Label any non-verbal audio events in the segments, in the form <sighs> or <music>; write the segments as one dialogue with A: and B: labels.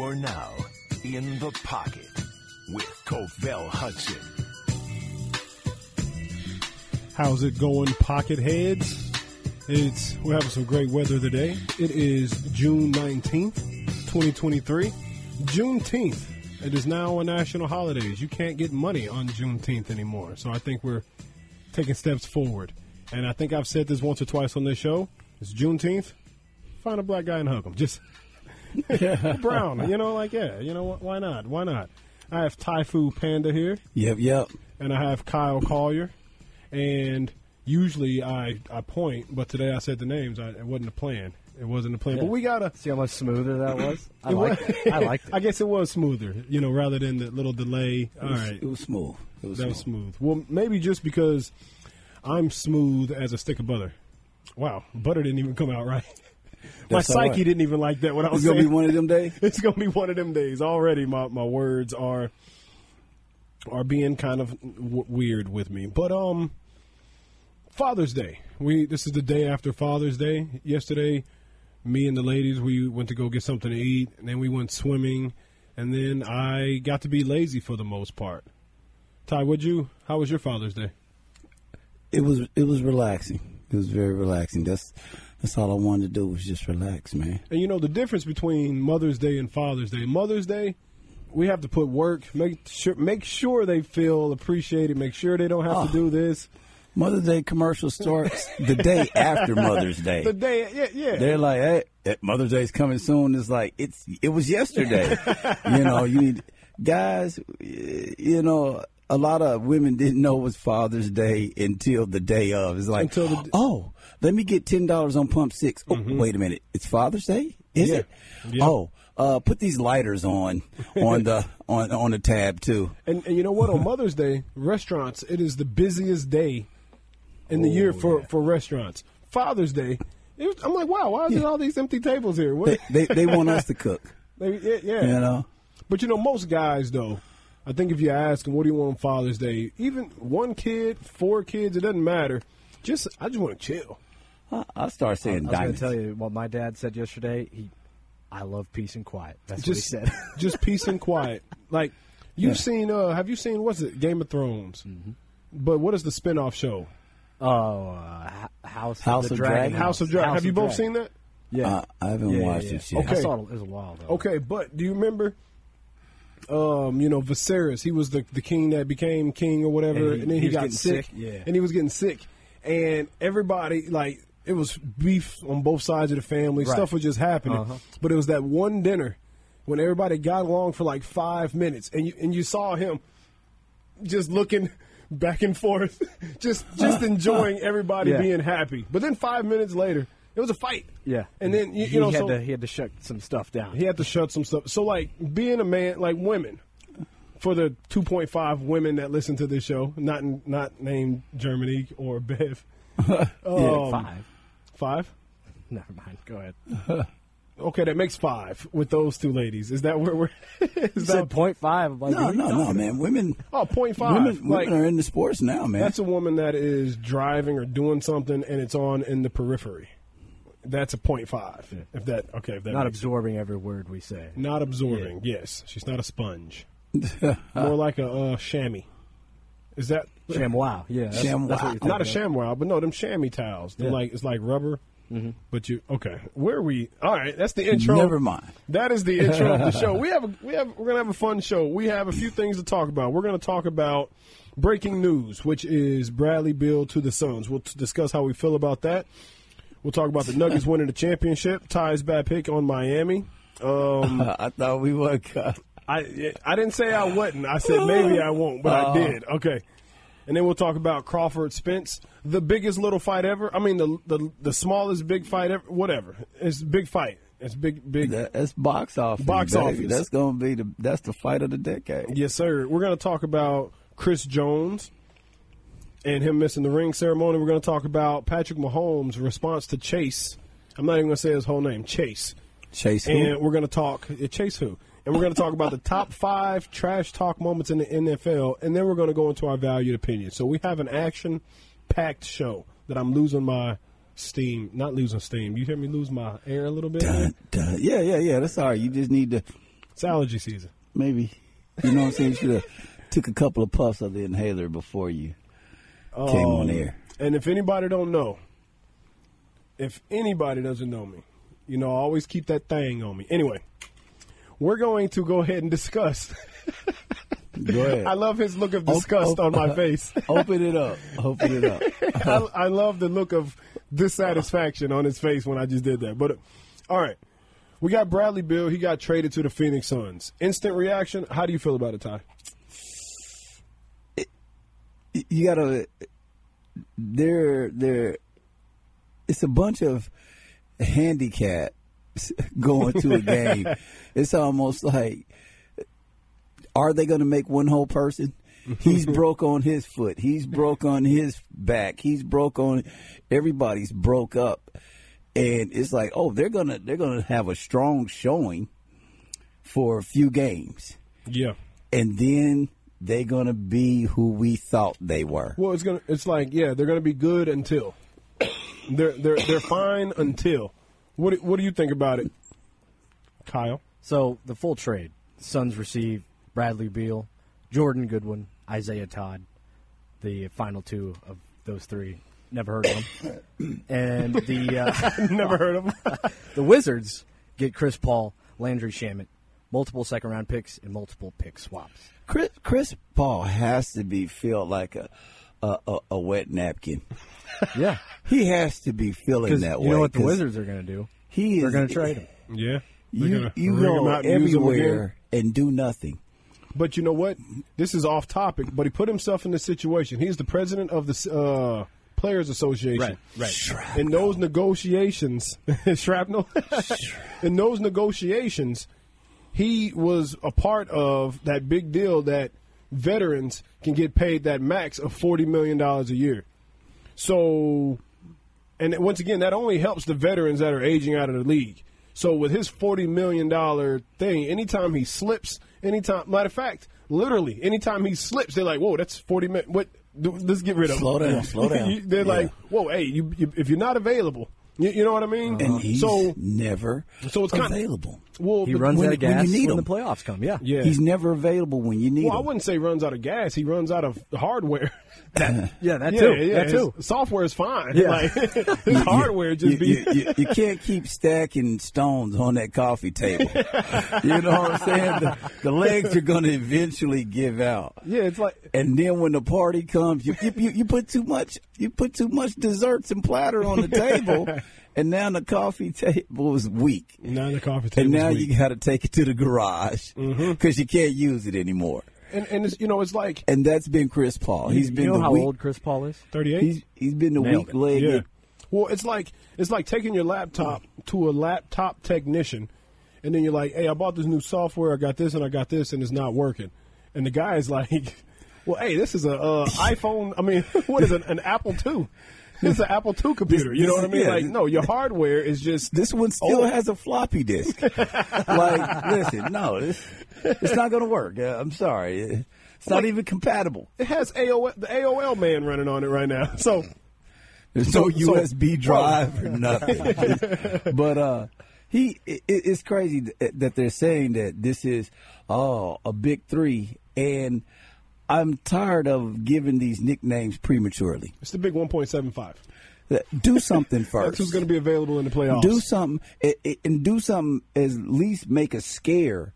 A: are now in the pocket with Covell Hudson.
B: How's it going, pocket heads? It's we're having some great weather today. It is June nineteenth, twenty twenty-three. Juneteenth. It is now a national holiday. You can't get money on Juneteenth anymore. So I think we're taking steps forward. And I think I've said this once or twice on this show. It's Juneteenth. Find a black guy and hug him. Just <laughs> brown. You know, like yeah. You know wh- why not? Why not? I have Taifu Panda here
C: Yep, yep.
B: and I have Kyle Collier. And usually I, I point, but today I said the names. I, it wasn't a plan. It wasn't a plan. But we got a.
D: See how much smoother that was? I
B: it
D: liked
B: was-
D: it. I liked
B: <laughs>
D: it.
B: I guess it was smoother, you know, rather than the little delay. All right.
C: It was smooth. It was
B: That was
C: smooth.
B: smooth. Well, maybe just because I'm smooth as a stick of butter. Wow. Butter didn't even come out right. My
C: That's all
B: psyche
C: right.
B: didn't even like that when I was
C: It's gonna be
B: saying-
C: one of them days.
B: <laughs> it's gonna be one of them days. Already, my, my words are are being kind of w- weird with me. But um, Father's Day. We this is the day after Father's Day. Yesterday, me and the ladies we went to go get something to eat, and then we went swimming, and then I got to be lazy for the most part. Ty, would you? How was your Father's Day?
C: It was it was relaxing. It was very relaxing. That's that's all I wanted to do was just relax, man.
B: And you know the difference between Mother's Day and Father's Day. Mother's Day, we have to put work, make sure make sure they feel appreciated, make sure they don't have to
C: Oh.
B: do this.
C: Mother's Day commercial starts the day after
B: <laughs>
C: Mother's
B: The
C: Day.
B: day, yeah, yeah.
C: They're like, hey, eh, Mother's Day's coming soon. It's like it's it was yesterday. you know, you need guys. eh, You know, a lot of women didn't know it was Father's Day until the day of. It's like,
B: Until the-
C: oh, let me get ten dollars on pump six. Oh,
D: Mm-hmm.
C: wait a minute, it's Father's Day, is
B: Yeah.
C: it?
B: Yeah.
C: Oh, uh, put these lighters on on the on on the tab too.
B: and, and you know what? On Mother's Day, restaurants, it is the busiest day in the year for, for restaurants. Father's Day, it was, I'm like, wow, why is there all these empty tables here? What?
C: They they, they want us to cook.
B: They- yeah, yeah.
C: You know.
B: But you know, most guys though, I think if you ask them, what do you want on Father's Day? Even one kid, four kids, it doesn't matter. Just I just want to chill.
C: I- I'll start
D: I
C: saying
D: was going to
C: diamonds.
D: tell you what my dad said yesterday. He, I love peace and quiet. That's
B: Just
D: what he said.
B: <laughs> just peace and quiet. Like you've seen, uh, have you seen what's it? Game of Thrones.
D: Mm-hmm.
B: But what is the spinoff show?
D: <laughs> Oh, uh, Ho- House,
C: House
D: of the
C: of
D: Dragon.
C: Dragon.
B: House of Dragon. have you both seen
D: Dragon.
B: that?
D: Yeah.
C: Uh, I haven't
D: yeah, yeah,
C: watched
D: yeah.
C: it yet.
B: Okay.
D: I saw it. It was a while though.
B: Okay, but do you remember? Um, you know, Viserys. He was the the king that became king or whatever, and,
D: And he-
B: then
D: he
B: he,
D: was
B: got
D: getting
B: sick.
D: sick, yeah.
B: and he was getting sick, and everybody like it was beef on both sides of the family.
D: Right.
B: Stuff was just happening,
D: Uh-huh.
B: but it was that one dinner when everybody got along for like five minutes, and you and you saw him just looking <laughs> back and forth, <laughs> just
D: <laughs>
B: just enjoying everybody
D: Yeah.
B: being happy. But then five minutes later, it was a fight.
D: Yeah.
B: and then you,
D: he
B: you know
D: had
B: so,
D: to he had to shut some stuff down.
B: he had to shut some stuff. So, like, being a man, like women, for the 2.5 women that listen to this show, not not named Germany or <laughs> Bev.
C: <laughs>
B: Um,
D: Five.
B: Five?
D: Never mind. Go ahead.
B: Okay, that makes five with those two ladies. Is that where we're? <laughs>
D: You
B: is
D: said
B: that,
D: point five. I'm like,
C: No,
D: what are you
C: no,
D: talking
C: no, man. Women.
B: oh, point five.
C: Women,
B: like,
C: women are into sports now, man.
B: that's a woman that is driving or doing something and it's on in the periphery. That's a point five. If that okay, if that
D: Not
B: makes
D: absorbing every word we say.
B: Not absorbing. Yes, she's not a
D: <laughs>
B: sponge. More like a uh, chamois. Is that
D: Sham wow. Yeah. That's,
C: Sham
D: that's
C: wow.
D: what you're
B: not a
D: thinking
B: ShamWow, but no, them chamois towels. They're
D: Yeah. Mm-hmm.
B: like it's like rubber. But you okay? Where are we? All right, that's the intro.
C: Never mind.
B: That is the intro
D: <laughs>
B: of the show. We have a, we have we're gonna have a fun show. We have a few things to talk about. We're gonna talk about breaking news, which is Bradley Bill to the Suns. We'll t- discuss how we feel about that. We'll talk about the
D: <laughs>
B: Nuggets winning the championship. Ty's bad pick on Miami. Um,
C: <laughs> I thought we were.
B: I I didn't say I wouldn't. I said maybe I won't, but I did. Okay. And then we'll talk about Crawford Spence, the biggest little fight ever. I mean, the the, the smallest big fight ever. Whatever. It's a big fight. It's big big.
C: That's box office.
B: Box
C: baby.
B: office.
C: That's gonna be the. That's the fight of the decade.
B: Yes, sir. We're going to talk about Chris Jones and him missing the ring ceremony. We're going to talk about Patrick Mahomes' response to Chase. I'm not even going to say his whole name, Chase.
C: Chase.
B: And
C: Who?
B: we're going to talk uh, Chase who, and we're going to talk about the
C: <laughs>
B: top five trash talk moments in the NFL, and then we're going to go into our valued opinion. So we have an action-packed show that I'm losing my steam, not losing steam. You hear me lose my air a little bit?
C: Dun, dun. Yeah, yeah, yeah. That's all right. You just need to
B: It's allergy season.
C: Maybe. You know what I'm saying? You should have took a couple of puffs of the inhaler before you
B: Oh.
C: came on air.
B: Um, And if anybody don't know, if anybody doesn't know me, you know, I always keep that thing on me. Anyway, we're going to go ahead and discuss. <laughs>
C: Go ahead. Oh,
B: I love his look of
C: Op-
B: disgust
C: op-
B: on my face.
C: Open it up. Open it up.
B: I, I love the look of dissatisfaction on his face when I just did that. But uh, all right, we got Bradley Bill. He got traded to the Phoenix Suns. Instant reaction. How do you feel about it, Ty?
C: you gotta there there it's a bunch of handicaps <laughs> going to a game it's almost like are they gonna make one whole person he's broke on his foot he's broke on his back he's broke on everybody's broke up and it's like oh they're gonna they're gonna have a strong showing for a few games
B: Yeah.
C: and then they're gonna be who we thought they were
B: Well, it's gonna. It's like yeah, they're gonna be good until they're they're they're fine until. What do- what do you think about it, Kyle?
D: So the full trade: Suns receive Bradley Beal, Jordan Goodwin, Isaiah Todd. The final two of those three. Never heard of them. <coughs> and the
B: <laughs>
D: uh, <laughs>
B: Never heard of him.
D: the Wizards get Chris Paul, Landry Shamit, multiple second round picks, and multiple pick swaps.
C: Chris, Chris Paul has to be felt like a a, a, a wet napkin. <laughs>
D: Yeah,
C: He has to be feeling
D: because
C: that
D: you
C: way.
D: know what the
C: 'cause
D: Wizards are going to do?
C: He
D: They're
C: is-
D: going to trade him.
B: yeah. They're
C: You
B: gonna
C: you
B: rig him
C: go
B: out and use him again.
C: everywhere and do nothing.
B: But you know what? This is off topic, but he put himself in this situation. He's the president of the uh, Players Association.
D: Right, right.
B: In those negotiations, <laughs> shrapnel. in those negotiations, he was a part of that big deal that veterans can get paid that max of forty million dollars a year. So, and once again, that only helps the veterans that are aging out of the league. So, with his forty million dollar thing, anytime he slips, anytime, matter of fact, literally, anytime he slips, they're like, "Whoa, that's forty million. What? th- Let's get rid of him.
C: Slow down, slow
B: <laughs>
C: down.
B: You- they're
C: Yeah.
B: like, "Whoa, hey, you, you, if you're not available, you, you know what I mean."
C: And he's
B: Uh-huh. so,
C: never
B: so it's kinda-
C: available.
B: well,
D: He
B: but-
D: runs
C: when-
D: out of
C: when you
D: gas
C: need
D: when the
C: him.
D: playoffs come. Yeah,
B: Yeah.
C: He's never available when you need
B: Well, I
C: him.
B: wouldn't say runs out of gas. He runs out of hardware.
D: yeah, that
B: <laughs> yeah,
D: too.
B: yeah.
D: that
B: his
D: too.
B: Software is fine. <laughs>
D: Yeah.
B: Like, his hardware just
C: you,
B: be.
C: you- you- you can't keep stacking stones on that
B: <laughs>
C: coffee table. you know what I'm saying? The, the legs are going to eventually give out.
B: <laughs> yeah, it's like
C: And then when the party comes, you, you you you put too much you put too much desserts and platter on
D: <laughs>
C: the table, and now the coffee table is weak.
B: now the coffee
C: And
B: table.
C: now you got to take it to the garage because
D: Mm-hmm.
C: you can't use it anymore.
B: and, and it's, you know, it's like
C: And that's been Chris Paul. He's been
D: you know
C: the
D: how
C: weak.
D: old Chris Paul is?
B: thirty-eight.
C: He's he's been the
D: Nailed it.
C: weak legged.
B: Yeah. Well, it's like it's like taking your laptop to a laptop technician, and then you're like, "Hey, I bought this new software. I got this and I got this, and it's not working." And the guy is like, <laughs> "Well, hey, this is a uh, iPhone. I mean, <laughs> what is an, an Apple II? This is an Apple II computer. you know what I mean?
C: yeah,
B: like, no, your hardware is just
C: This one still
B: Oh.
C: has a floppy
D: <laughs>
C: disk. like, listen, no, this it's not going to work. Uh, I'm sorry, it's not even compatible.
B: it has AOL the AOL man running on it right now. <laughs> So
C: There's no
B: So- so- <laughs>
C: USB drive or nothing. but uh, he, it, it's crazy that, that they're saying that this is oh a big three, and I'm tired of giving these nicknames prematurely.
B: it's the big 1.75.
C: Do
B: <laughs>
C: something
B: That's
C: first.
B: who's going to be available in the playoffs.
C: do something it, it- and do something as least make a scare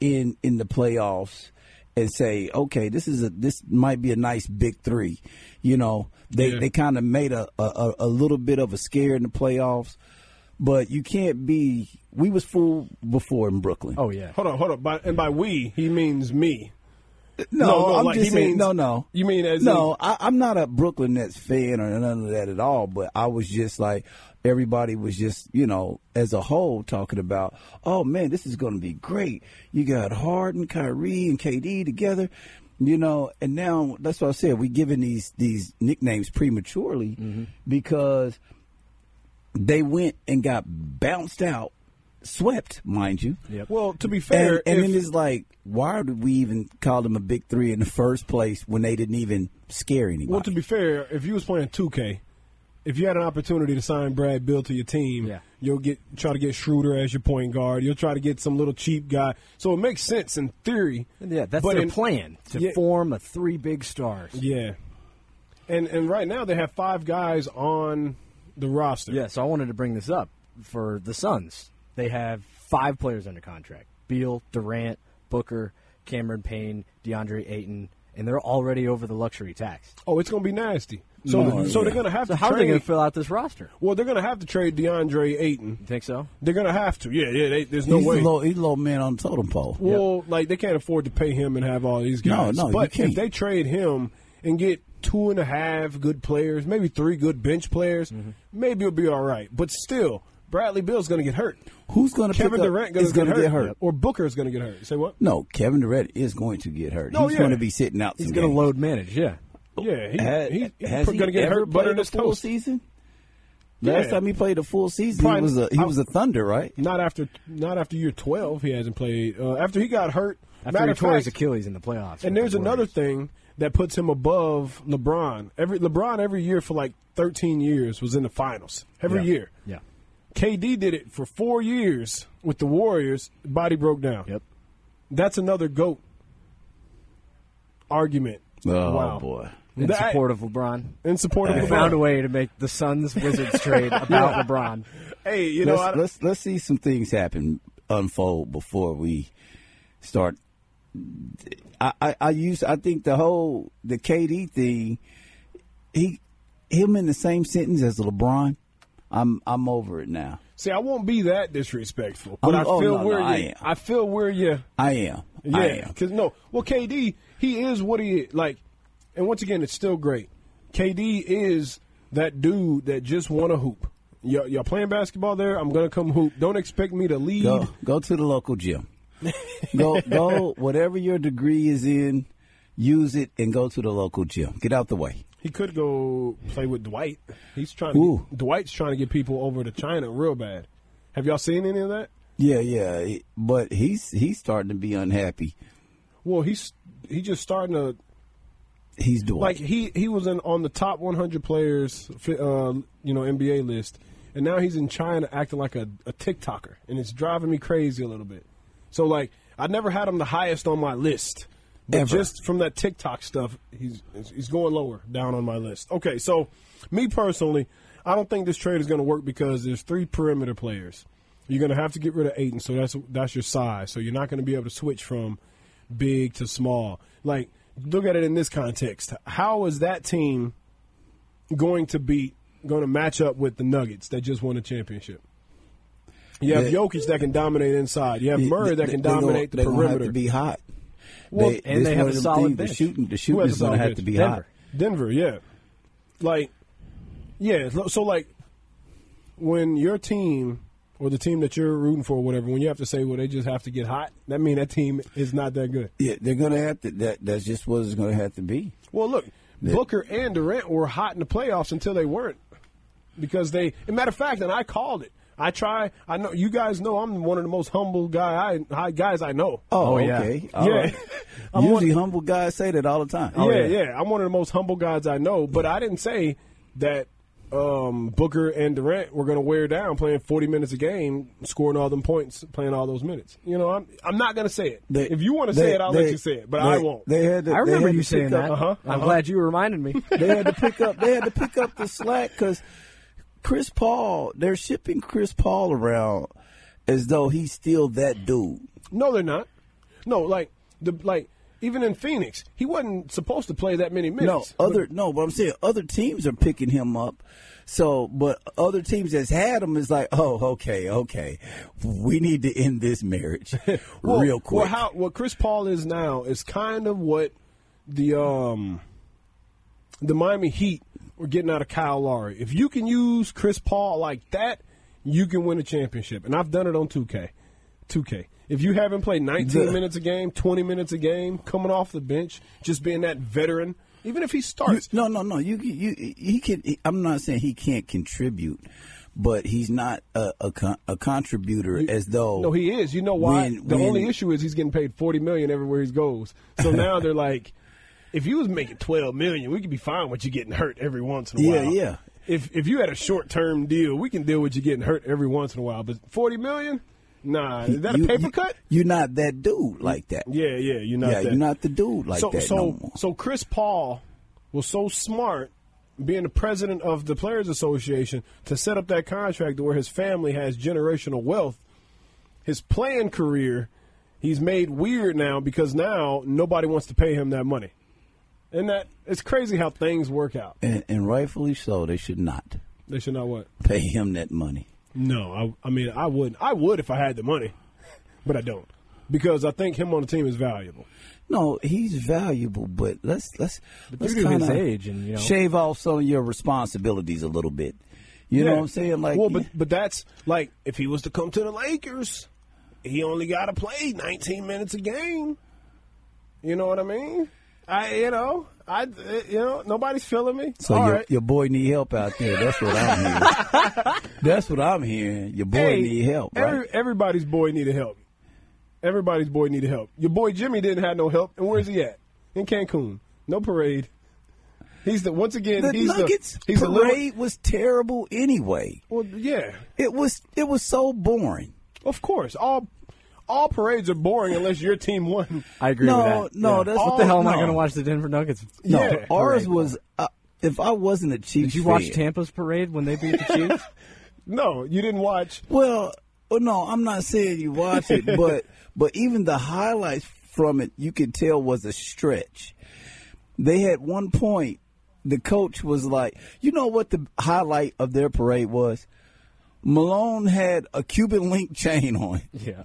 C: in in the playoffs and say okay this is a this might be a nice big three you know they
B: Yeah.
C: they kind of made a, a- a a little bit of a scare in the playoffs but you can't be we was fooled before in brooklyn
D: Oh yeah.
B: Hold on, hold on. By, and by we, he means me.
C: no,
B: no,
C: i'm
B: like,
C: just
B: he
C: saying
B: means-
C: no no
B: you mean as
C: no I, i'm not a brooklyn nets fan or none of that at all but i was just like everybody was just you know as a whole talking about oh man this is going to be great you got harden kyrie and kd together you know and now that's what i said we giving these these nicknames prematurely
B: Mm-hmm.
C: because they went and got bounced out swept mind you
D: Yep.
B: Well, to be fair,
C: and, and
B: if-
C: then it's like, why did we even call them a big three in the first place when they didn't even scare anybody?
B: Well, to be fair, if you was playing 2K if you had an opportunity to sign Brad Bill to your team,
D: Yeah.
B: you'll get try to get Schroeder as your point guard. You'll try to get some little cheap guy. So it makes sense in theory.
D: Yeah, that's
B: but
D: their
B: in-
D: plan to
B: yeah.
D: form the three big stars.
B: Yeah, and and right now they have five guys on the roster.
D: Yeah, so I wanted to bring this up for the Suns. They have five players under contract: Beal, Durant, Booker, Cameron Payne, DeAndre Ayton, and they're already over the luxury tax.
B: Oh, it's gonna be nasty. So
C: No,
B: so
C: yeah.
B: they're gonna have
D: So
B: to
D: how are
B: trade.
D: they going to fill out this roster?
B: well, they're gonna have to trade DeAndre Ayton.
D: You think so?
B: They're gonna have to. Yeah, yeah. They, there's no
C: he's
B: way.
C: a low, he's a low man on the totem pole.
B: Well, like they can't afford to pay him and have all these
C: No,
B: guys.
C: no, you
B: but if
C: can't.
B: they trade him and get two and a half good players, maybe three good bench players,
C: Mm-hmm.
B: maybe it'll be all right. But still, Bradley Bill's going to get hurt.
C: Who's going to
B: Kevin
C: pick
B: Durant
C: up,
B: gonna
C: is going to
B: hurt,
C: get hurt?
B: or Booker's going to get hurt. Say what?
C: No, Kevin Durant is going to get hurt.
B: No,
C: he's
B: yeah.
C: going to be sitting out.
D: He's
C: some
D: going to
C: games.
D: load manage. Yeah,
B: Yeah, he,
C: Ha-
B: he- he's
C: has
B: going to get
C: ever
B: hurt. Butter
C: played
B: in
C: a
B: his
C: full
B: toast.
C: season.
B: Yeah.
C: Last time he played a full season,
B: Probably-
C: he was a he was a Thunder, right?
B: Not after not after year twelve, he hasn't played. Uh, after he got hurt,
D: after
B: matter
D: he
B: of
D: tore his
B: fact-
D: Achilles in the playoffs. with
B: And there's
D: the
B: another
D: Warriors.
B: thing that puts him above LeBron. Every LeBron every year for like 13 years was in the finals every
D: Yeah.
B: year.
D: Yeah.
B: KD did it for four years with the Warriors. Body broke down.
D: Yep.
B: That's another goat argument.
C: Oh
B: wow.
C: boy,
D: In
B: That-
D: support of LeBron.
B: In support of
D: They
B: LeBron.
D: found a way to make the Suns
B: <laughs>
D: Wizards trade about LeBron.
B: Hey, you know,
C: let's,
B: I,
C: let's let's see some things happen unfold before we start. I, I I use I think the whole the KD thing, he him in the same sentence as LeBron. I'm I'm over it now.
B: see, I won't be that disrespectful, but
C: Oh,
B: I feel
C: oh, no, no,
B: where
C: I
B: you.
C: am.
B: I feel where you.
C: I am. I
B: Yeah,
C: am.
B: because no, well, KD he is what he is. like, and once again, it's still great. KD is that dude that just want to hoop. Y'all, y'all playing basketball there? I'm gonna come hoop. Don't expect me to lead.
C: Go go to the local gym. go go whatever your degree is in, use it and go to the local gym. Get out the way.
B: He could go play with Dwight. He's trying. To
C: Ooh.
B: get, Dwight's trying to get people over to China real bad. Have y'all seen any of that?
C: Yeah, yeah. he- But he's he's starting to be unhappy.
B: Well, he's he just starting to
C: He's doing
B: like he he was in on the top 100 players, fi- uh, you know, NBA list, and now he's in China acting like a, a TikToker, and it's driving me crazy a little bit. So like, I never had him the highest on my list, but
C: Ever.
B: just from that TikTok stuff, he's he's going lower down on my list. Okay, so me personally, I don't think this trade is going to work because there's three perimeter players. You're going to have to get rid of Aiton, so that's that's your size. So you're not going to be able to switch from big to small. Like, look at it in this context. How is that team going to beat, going to match up with the Nuggets that just won a championship? You have
C: They-
B: Jokic that can dominate inside. You have Murray that
C: They-
B: can
C: they gonna-
B: dominate
C: they
B: the
C: gonna
B: perimeter.
C: Have to be hot.
B: Well,
D: and
C: this
D: they have
C: one
D: a
C: of them
D: solid
C: things,
D: bench.
C: The shooting, the
B: Who
C: shooting
B: has
C: is
B: a
C: going to
B: solid
C: have to
B: bench?
C: be hot.
D: Denver.
B: Denver, yeah. Like, yeah. lo- So like, when your team or the team that you're rooting for, or whatever, when you have to say, well, they just have to get hot. That mean that team is not that good.
C: Yeah, they're going to have to. That that's just what it's going to have to be.
B: Well, look, Booker and Durant were hot in the playoffs until they weren't, because they. As a matter of fact, and I called it. I try. I know you guys know I'm one of the most humble guy I, I guys I know.
C: Oh,
D: Oh, yeah.
C: okay. All
B: Yeah. <laughs>
C: right.
B: I'm
C: Usually, humble guys say that all the time.
B: yeah, yeah, I'm one of the most humble guys I know, but I didn't say that um, Booker and Durant were going to wear down playing 40 minutes a game, scoring all them points, playing all those minutes. You know, I'm I'm not going to say it.
C: They-
B: if you want to
C: they-
B: say it, I'll
C: they-
B: let you say it, but I
C: they-
B: won't.
C: They had. To,
D: I
C: they
D: remember
C: had
D: you
C: to pick
D: saying
C: up-
D: that.
B: uh-huh,
D: I'm
B: uh-huh.
D: glad you reminded me.
C: <laughs> They had to pick up. They had to pick up the slack because Chris Paul. They're shipping Chris Paul around as though he's still that dude.
B: no, they're not. No, like the like even in Phoenix, he wasn't supposed to play that many
C: No,
B: minutes.
C: other no, but I'm saying other teams are picking him up. So, but other teams that's had him is like, oh, okay, okay, we need to end this marriage
B: <laughs> Well,
C: real quick.
B: Well, how what Chris Paul is now is kind of what the um the Miami Heat were getting out of Kyle Lowry. If you can use Chris Paul like that, you can win a championship. And I've done it on 2K. 2K. If you haven't played 19
C: Duh.
B: minutes a game, 20 minutes a game, coming off the bench, just being that veteran, even if he
C: You-
B: starts,
C: no, no, no. You, you, he can. he- I'm not saying he can't contribute, but he's not a a, con, a contributor as though.
B: No, he is. You know why?
C: When-
B: the
C: when-
B: only issue is he's getting paid forty million everywhere he goes. So now they're like, if you was making twelve million, we could be fine with you getting hurt every once in a
C: Yeah,
B: while.
C: yeah.
B: if if you had a short term deal, we can deal with you getting hurt every once in a while. But forty million, nah, is that a
C: You-
B: paper
C: you-
B: cut?
C: You're not that dude like that.
B: Yeah, yeah, you're not.
C: yeah,
B: that.
C: you're not the dude like
B: so
C: that
B: so
C: no more.
B: so Chris Paul was so smart being the president of the players association to set up that contract where his family has generational wealth his playing career he's made weird now because now nobody wants to pay him that money and that it's crazy how things work out
C: and, and rightfully so, they should not
B: they should not what
C: pay him that money.
B: no i, I mean i wouldn't i would if i had the money <laughs> but i don't because i think him on the team is valuable
C: No, he's valuable, but let's let's let's
D: due to his
C: kinda
D: age and, you know-
C: shave off some of your responsibilities a little bit. You know
B: Yeah.
C: what I'm saying? Like,
B: well, but but that's like if he was to come to the Lakers, he only got to play 19 minutes a game. You know what I mean? I you know I you know nobody's feeling me.
C: so
B: All
C: your,
B: right.
C: your boy need help out there. That's what I'm hearing.
B: <laughs>
C: That's what I'm hearing. Your boy
B: Hey,
C: need help, right?
B: every- everybody's boy needed help. Everybody's boy needed help. Your boy Jimmy didn't have no help, and where's he at? In Cancun, no parade. He's the once again.
C: the
B: he's
C: Nuggets
B: the, he's the little-
C: parade was terrible anyway.
B: well, yeah,
C: It was it was so boring.
B: <laughs> of course. All all parades are boring unless your team won.
D: <laughs> I agree
C: No,
D: with that.
C: no,
D: Yeah.
C: that's-
D: what the hell am I
C: Oh, no.
D: going to watch the Denver Nuggets?
C: No,
B: Yeah.
C: ours
D: Parade.
C: was. Uh, if I wasn't a
D: Did
C: Chiefs,
D: you watch
C: fan-
D: Tampa's parade when they beat the
C: <laughs>
D: Chiefs?
B: No, you didn't watch.
C: Well, well, no, I'm not saying you watch it,
D: <laughs>
C: but but even the highlights from it, you could tell was a stretch. They had one point. The coach was like, you know what the highlight of their parade was? Malone had a Cuban link chain on.
D: yeah,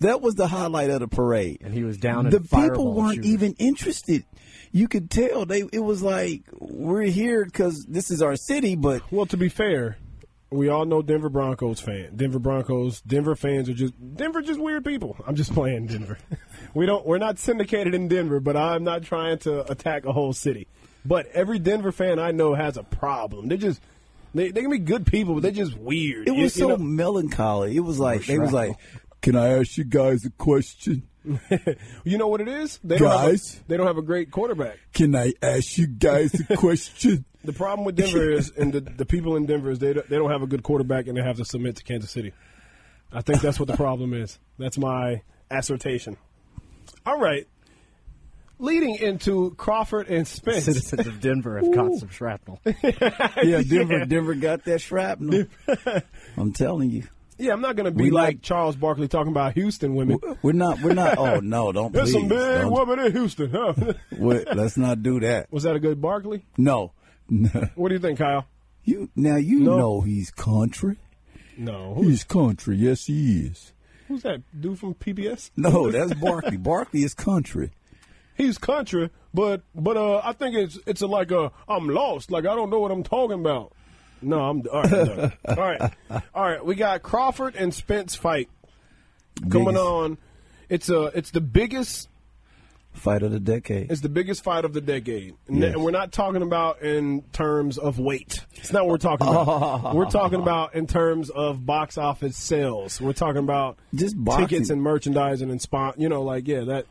C: That was the highlight of the parade.
D: and he was down. in
C: the people
D: fireball
C: weren't
D: shooting.
C: even interested. You could tell they. It was like we're here because this is our city, but
B: Well, to be fair, we all know Denver Broncos fan. Denver Broncos, Denver fans are just Denver just weird people. I'm just playing Denver. <laughs> we don't we're not syndicated in Denver, but I'm not trying to attack a whole city. But every Denver fan I know has a problem. They just they they can be good people, but they're just weird.
C: It
B: You-
C: was
B: you
C: so
B: know?
C: melancholy. It was like they was
D: shrapnel.
C: like, "Can I ask you guys a question?
B: You know what it is? They don't, have
C: Guys.
B: a, they don't have a great quarterback.
C: Can I ask you guys <laughs> a question?"
B: The problem with Denver is, and the, the people in Denver is they don't, they don't have a good quarterback, and they have to submit to Kansas City. I think that's what the problem is. That's my assertion. All right. Leading into Crawford and Spence.
D: <laughs> Citizens of Denver have caught some shrapnel.
C: <laughs> yeah, Denver, Denver got that <laughs> shrapnel. I'm telling you,
B: Yeah, I'm not going to be
C: We
B: like,
C: like-
B: Charles Barkley talking about Houston women.
C: we're not, we're not. Oh no, don't
B: There's
C: please.
B: some big
C: don't-
B: woman in Houston, huh? <laughs>
C: we- let's not do that.
B: Was that a good Barkley?
C: No, <laughs>
B: What do you think, Kyle?
C: you now you
B: No.
C: know he's country.
B: No. Who,
C: He's country. Yes, he is.
B: who's that dude from PBS?
C: No, that's Barkley. Barkley is country.
B: he's country, but but uh, I think it's it's a, like a I'm lost, like I don't know what I'm talking about. No, I'm all right. I'm done. all right, all right. We got Crawford and Spence fight coming
C: Biggest
B: on. It's a it's the biggest
C: Fight of the decade.
B: it's the biggest fight of the decade, and,
C: Yes.
B: and we're not talking about in terms of weight. It's not what we're talking
C: <laughs>
B: about. we're talking about in terms of box office sales. We're talking about
C: Just
B: tickets
C: boxing.
B: and merchandising and spot. You know, like yeah, that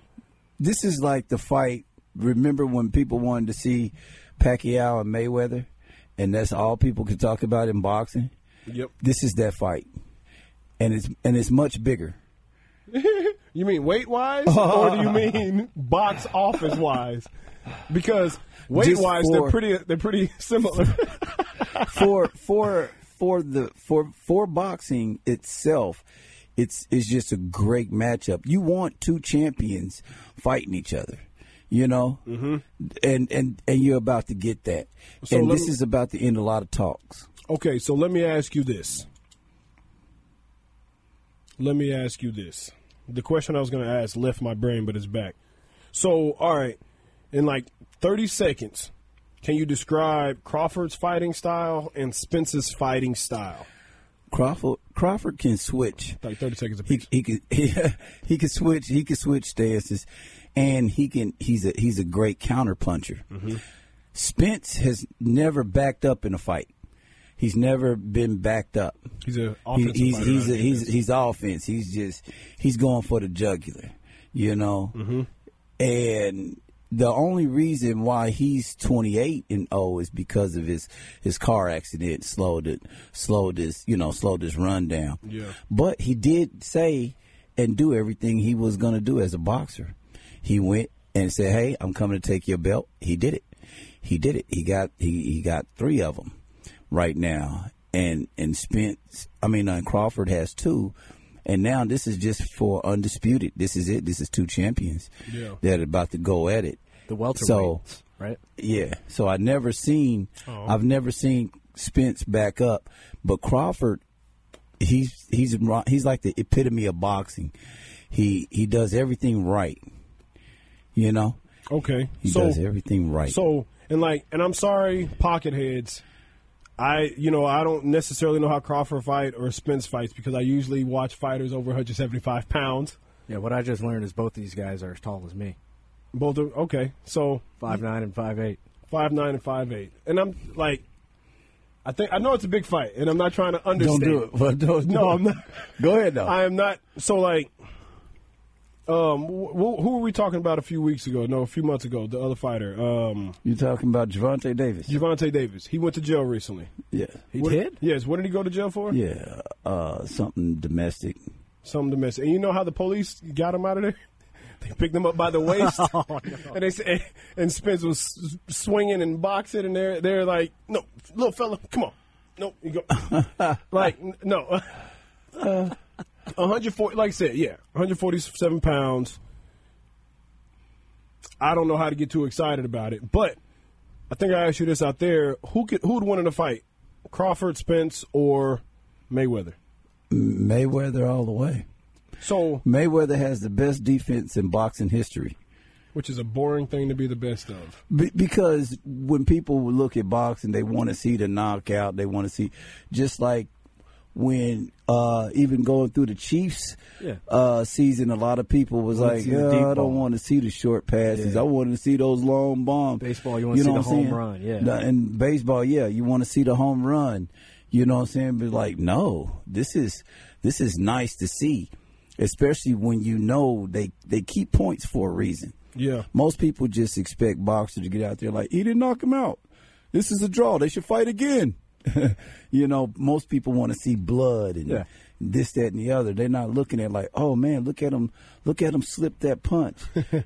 C: this is like the fight. Remember when people wanted to see Pacquiao and Mayweather, and that's all people could talk about in boxing.
B: yep.
C: This is that fight, and it's and it's much bigger.
B: You mean weight wise, or
C: <laughs>
B: do you mean box office wise? Because weight wise, they're
C: for-
B: pretty they're pretty similar. <laughs>
C: For for for the for for boxing itself, it's it's just a great matchup. You want two champions fighting each other. You know, mm-hmm. and and and you're about to get that,
B: So
C: and
B: let
C: this
B: me-
C: is about to end a lot of talks.
B: okay, so let me ask you this. Let me ask you this. The question I was going to ask left my brain, but it's back. So, all right, in like thirty seconds, can you describe Crawford's fighting style and Spence's fighting style?
C: Crawford Crawford can switch.
B: Like thirty seconds
C: he
B: apiece.
C: he <laughs> could he, he could switch he could switch stances, and he can he's a he's a great counter puncher. Spence has never backed up in a fight. He's never been backed up.
B: He's an
C: He-
B: offensive
C: he's
B: fighter,
C: he's
B: I
C: a,
B: think.
C: he's he's offense.
B: Mm-hmm.
C: He's just he's going for the jugular, you know. And the only reason why he's 28 and 0 is because of his his car accident slowed it slowed this you know slowed this run down.
B: Yeah.
C: But he did say and do everything he was going to do as a boxer. He went and said, "Hey, I'm coming to take your belt." He did it. He did it. He got he, he got 3 of them right now. And and Spence, I mean, uh, Crawford has two. And now this is just for undisputed. This is it. This is two champions
B: Yeah.
C: that are about to go at it.
D: The welterweight,
C: So-
D: right?
C: Yeah. So I never seen
B: Oh.
C: I've never seen Spence back up, but Crawford he's he's ro- he's like the epitome of boxing. He he does everything right. You know?
B: Okay.
C: He
B: so
C: does everything right.
B: So and like and I'm sorry, pocket heads. I you know I don't necessarily know how Crawford fight or Spence fights because I usually watch fighters over 175 pounds.
D: Yeah, what I just learned is both these guys are as tall as me.
B: Both are, okay, so
D: Five nine and five eight.
B: five nine and five eight, and I'm like, I think I know it's a big fight, and I'm not trying to understand.
C: But <laughs> don't
B: No, I'm not.
C: Go ahead though.
B: I am not. So like, um, wh- wh- who were we talking about a few weeks ago? No, a few months ago. The other fighter, um,
C: You're talking about Javante Davis.
B: Javante Davis. He went to jail recently.
C: yeah.
D: He
B: What-
D: did?
B: Yes. What did he go to jail for?
C: Yeah. Uh something domestic.
B: Something to miss. And you know how the police got him out of there? <laughs> They picked him up by the waist, and they said, <laughs> and Spence was s- swinging and boxing, and they're they're like, no, little fella, come on, no, you go, like n- no, <laughs> uh, 140, like I said, yeah, 147 pounds. I don't know how to get too excited about it, but I think I asked you this out there: who could who would win in a fight, Crawford, Spence, or Mayweather?
C: Mayweather all the way.
B: So
C: Mayweather has the best defense in boxing history.
B: which is a boring thing to be the best of.
C: Be- because when people look at boxing, they want to see the knockout. They want to see, just like when uh, even going through the Chiefs
D: Yeah.
C: uh, season, a lot of people was
D: Wanna
C: like,
D: see the
C: "Yeah,
D: deep
C: I
D: ball."
C: don't want to see the short passes. I wanted to see those long bombs."
D: Baseball, you wanna see
C: know
D: the
C: what I'm
D: home
C: saying?
D: run, yeah.
C: The- And baseball, yeah, you want to see the home run. You know what I'm saying? But like, no, this is this is nice to see, especially when you know they they keep points for a reason.
B: Yeah.
C: Most people just expect boxers to get out there like he didn't knock him out. This is a draw. They should fight again. <laughs> you know, most people want to see blood and
D: Yeah.
C: this, that, and the other. They're not looking at like, oh man, look at him, look at him slip that punch.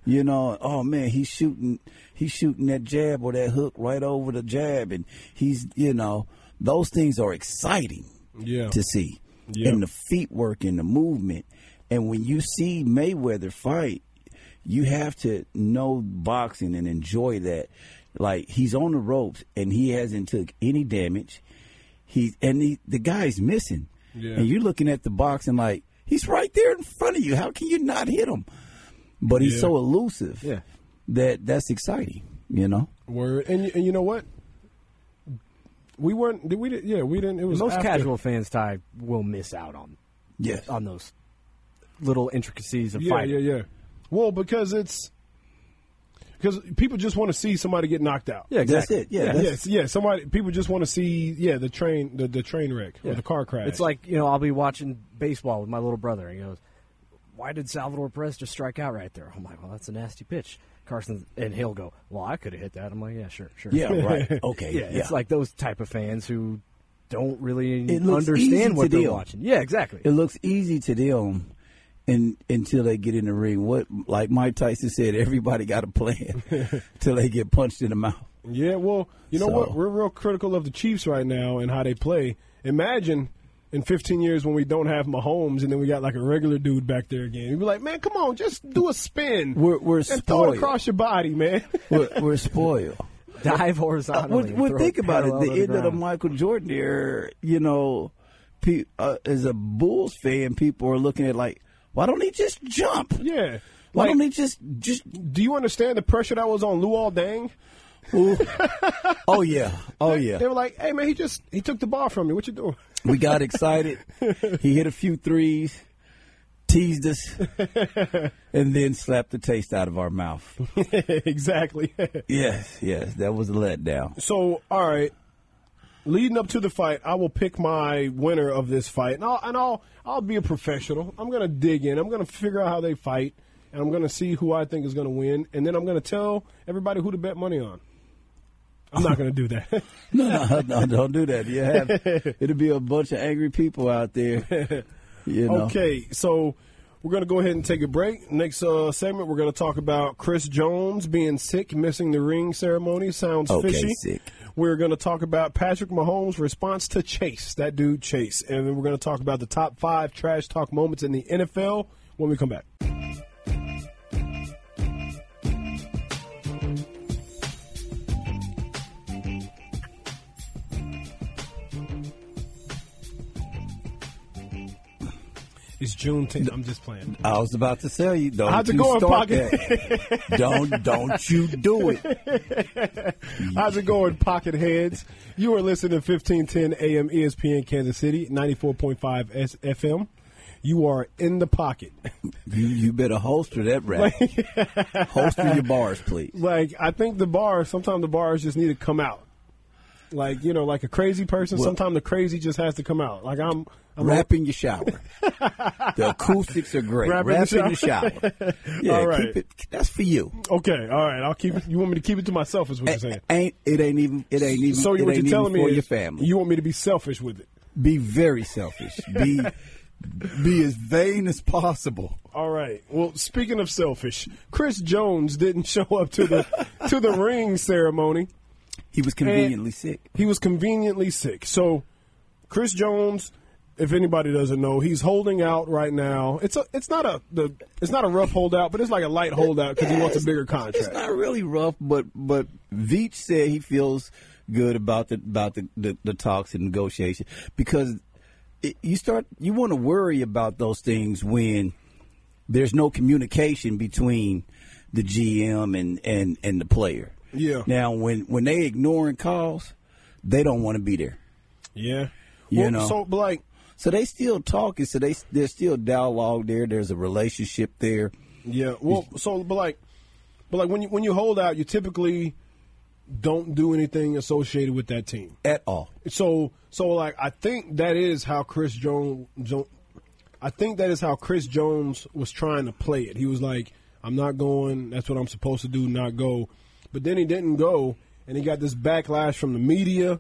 C: you know, oh man, he's shooting, he's shooting that jab or that hook right over the jab, and he's, you know, those things are exciting
B: Yeah.
C: to see,
B: Yeah.
C: and the feet work and the movement. And when you see Mayweather fight, you have to know boxing and enjoy that. Like he's on the ropes and he hasn't took any damage. He and he, the guy's missing,
B: Yeah.
C: and you're looking at the boxing like he's right there in front of you. How can you not hit him? But he's
B: Yeah.
C: so elusive
D: Yeah.
C: that that's exciting. You know,
B: Word. And you, and you know what? We weren't. Did we? did- Yeah, we didn't. It was
D: Most
B: after-
D: casual fans, Ty, will miss out on
C: yes.
D: on those little intricacies of
B: Yeah,
D: fighting.
B: yeah, yeah. Well, because it's because people just want to see somebody get knocked out.
D: Yeah, exactly.
C: That's it. Yeah,
D: Yeah.
B: Yes,
C: that's-
B: yeah. Somebody, people just want to see, yeah, the train, the, the train wreck or the car crash.
D: It's like you know, I'll be watching baseball with my little brother. and He goes, "Why did Salvador Perez just strike out right there?" I'm like, "Well, that's a nasty pitch." Carson and he'll go, "Well, I could have hit that." I'm like, "Yeah, sure, sure." <laughs>
C: yeah, right. Okay,
D: yeah. It's like those type of fans who don't really
C: It looks easy
D: understand
C: to
D: what they're
C: deal.
D: watching. Yeah, exactly.
C: it looks easy to them and until they get in the ring what like mike tyson said everybody got a plan till they get punched in the mouth
B: yeah. Well, you know
C: So-
B: what? We're real critical of the Chiefs right now and how they play. Imagine in 15 years when we don't have Mahomes and then we got like a regular dude back there again. You'd be like, man, come on, just do a spin.
C: we're, we're
B: and throw it
C: spoiled
B: across your body, man. <laughs>
C: we're, we're spoiled
D: <laughs> Dive horizontally.
C: well,
D: and
C: well
D: throw
C: think about it
D: parallel
C: the
D: to
C: end of the
D: ground.
C: michael jordan era you know pe- uh, as a bulls fan people are looking at like why don't he just jump
B: yeah.
C: why
B: Like,
C: don't he just just
B: do you understand the pressure that was on Luol Dang?
C: ooh. oh yeah oh yeah
B: They were like, "Hey, man, he just he took the ball from you. What you
C: <laughs>
B: doing?" <laughs>
C: We got excited. he hit a few threes, teased us, and then slapped the taste out of our mouth.
B: exactly.
C: Yes, yes, that was a letdown.
B: so, all right. Leading up to the fight, I will pick my winner of this fight, and I'll and I'll I'll be a professional. I'm gonna dig in. I'm gonna figure out how they fight, and I'm going to see who I think is going to win, and then I'm going to tell everybody who to bet money on. I'm not going to do that.
C: No, no, no, don't do that. You have it'll be a bunch of angry people out there. You know.
B: Okay, so we're going to go ahead and take a break. Next uh, segment, we're going to talk about Chris Jones being sick, missing the ring ceremony. Sounds
C: Okay,
B: fishy.
C: sick.
B: We're going to talk about Patrick Mahomes' response to Chase, that dude Chase. And then we're going to talk about the top five trash talk moments in the NFL when we come back. It's Juneteenth. I'm just playing.
C: I was about to tell you, don't
B: How's it
C: you
B: going,
C: start
B: Pocket?
C: that. don't don't you do it.
B: How's it going, pocket heads? You are listening to 1510 AM ESPN Kansas City, 94.5 S- FM. You are in the pocket. <laughs>
C: You you better holster that rap. holster your bars, please.
B: Like, I think the bars, sometimes the bars just need to come out. Like, you know, like a crazy person,
C: Well-
B: sometimes the crazy just has to come out. Like, I'm, I'm
C: Rap in your shower. the acoustics are great.
B: Rap
C: Rap,
B: in the
C: in the shower.
B: <laughs>
C: Yeah,
B: All right.
C: keep it. That's for you.
B: okay, all right, I'll keep it. You want me to keep it to myself, is what you're saying.
C: Ain't it ain't even it ain't even
B: So,
C: Eh, it
B: what you're
C: ain't even
B: telling me
C: for
B: is
C: your family.
B: you want me to be selfish with it.
C: be very selfish.
B: <laughs>
C: Be be as vain as possible.
B: All right. Well, speaking of selfish, Chris Jones didn't <laughs> show up to the to the ring ceremony.
C: He was conveniently sick.
B: He was conveniently sick. So, Chris Jones, if anybody doesn't know, he's holding out right now. It's a it's not a the it's not a rough holdout, but it's like a light holdout because he wants a bigger
C: It's
B: contract.
C: not really rough, but but Veach said he feels good about the about the, the, the talks and negotiation because it, you start you want to worry about those things when there's no communication between the GM and and and the player.
B: Yeah.
C: Now when when they ignoring calls, they don't want to be there.
B: yeah.
C: You
B: well,
C: know.
B: So, but like,
C: So they still talking. So they there's still dialogue there. There's a relationship there.
B: yeah. Well, so, but like, but like when you when you hold out, you typically don't do anything associated with that team.
C: At all,
B: So so like I think that is how Chris Jones. Jo- I think that is how Chris Jones was trying to play it. He was like, "I'm not going. That's what I'm supposed to do. Not go." But then he didn't go, and he got this backlash from the media,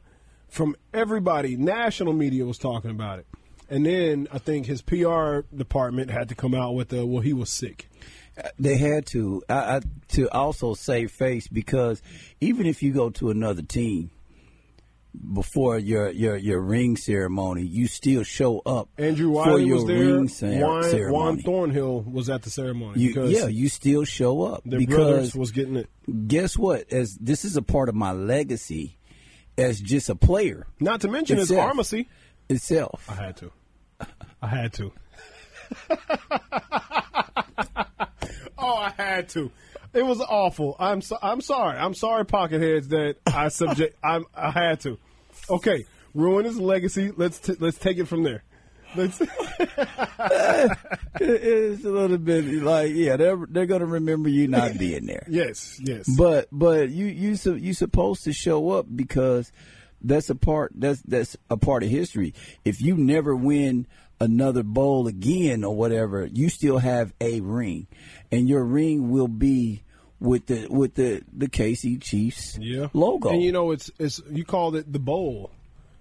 B: from everybody. National media was talking about it, and then I think his PR department had to come out with the, "Well, he was sick."
C: they had to I, I, to also save face because even if you go to another team before your your your ring ceremony, you still show up
B: Andrew
C: for
B: Wiley
C: your
B: was
C: ring
B: there.
C: cer-
B: Juan,
C: ceremony.
B: Juan Thornhill was at the ceremony
C: You-
B: because
C: yeah, you still show up
B: their
C: because
B: brothers was getting it.
C: guess what? As this is a part of my legacy as just a player
B: Not to mention his
C: Itself.
B: pharmacy.
C: itself.
B: I had to. I had to. <laughs> oh, I had to. It was awful. I'm so, I'm sorry. I'm sorry, pockheads, that I subject. <laughs> I'm, I had to. Okay, ruin his legacy. Let's t- let's take it from there. Let's. <laughs>
C: It- it's a little bit like yeah, they're they're gonna remember you not being <laughs> there.
B: yes, yes.
C: But but you you su- you supposed to show up because that's a part that's that's a part of history. If you never win another bowl again or whatever, you still have a ring, and your ring will be with the with the the KC Chiefs
B: yeah.
C: logo.
B: And you know, it's it's you called it the bowl.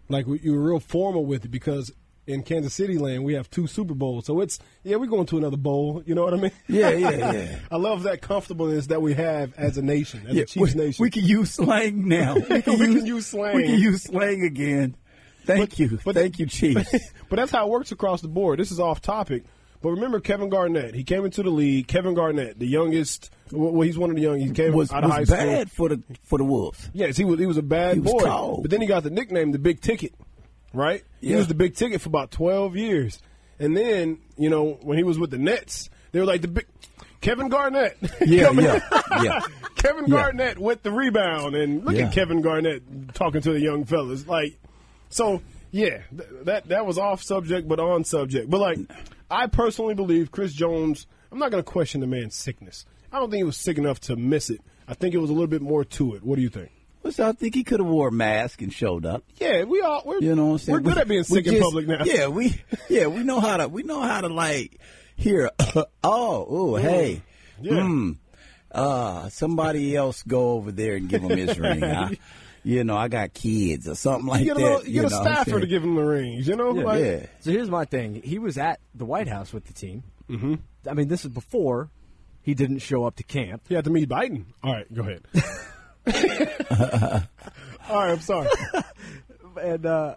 B: Like we- you were real formal with it because in Kansas City land we have two Super Bowls, so it's yeah we're going to another bowl. You know what I mean? <laughs>
C: yeah yeah yeah.
B: I love that comfortableness that we have as a nation, as
C: Yeah,
B: a Chiefs
C: we,
B: <laughs> nation.
C: we can use slang now. We
B: <laughs> We can use slang.
C: We can use slang again. Thank you.
B: but-
C: Thank
B: <laughs>
C: you, Chiefs.
B: but that's how it works across the board. This is off topic. But remember Kevin Garnett. He came into the league. Kevin Garnett, the youngest. Well, he's one of the young. He came
C: was
B: out of
C: was
B: high school.
C: bad for the for the Wolves.
B: Yes, he was. He was a bad
C: He was
B: boy.
C: cold.
B: But then he got the nickname, the Big Ticket, right? He
C: Yeah.
B: was the Big Ticket for about twelve years, and then you know when he was with the Nets, they were like the Big Kevin Garnett. <laughs>
C: Yeah,
B: Kevin-
C: yeah,
B: <laughs>
C: yeah.
B: Kevin
C: Yeah.
B: Garnett with the rebound, and look
C: Yeah.
B: at Kevin Garnett talking to the young fellas. Like, so yeah, th- that that was off subject, but on subject. But like, I personally believe Chris Jones. I'm not going to question the man's sickness. I don't think he was sick enough to miss it. I think it was a little bit more to it. What do you think?
C: So I think he could have wore a mask and showed up.
B: Yeah, we all we're
C: You know what I'm saying?
B: we're good
C: We-
B: at being
C: we
B: sick in
C: just-
B: public now.
C: Yeah, we yeah we know how to we know how to like hear <laughs> oh oh hey
B: Mm-hmm. Yeah.
C: uh, somebody else go over there and give him his
B: <laughs>
C: ring. I, you know, I got kids or something like
B: You get a,
C: that.
B: little, you get a
C: know what I'm
B: staffer to
C: saying?
B: give him the rings, you know? like, <laughs>
C: yeah.
D: So here's my thing. He was at the White House with the team. Mm-hmm. I mean, this is before he didn't show up to camp.
B: He had to meet Biden. All right, go
C: <laughs>
B: ahead. All right, I'm sorry.
D: And uh,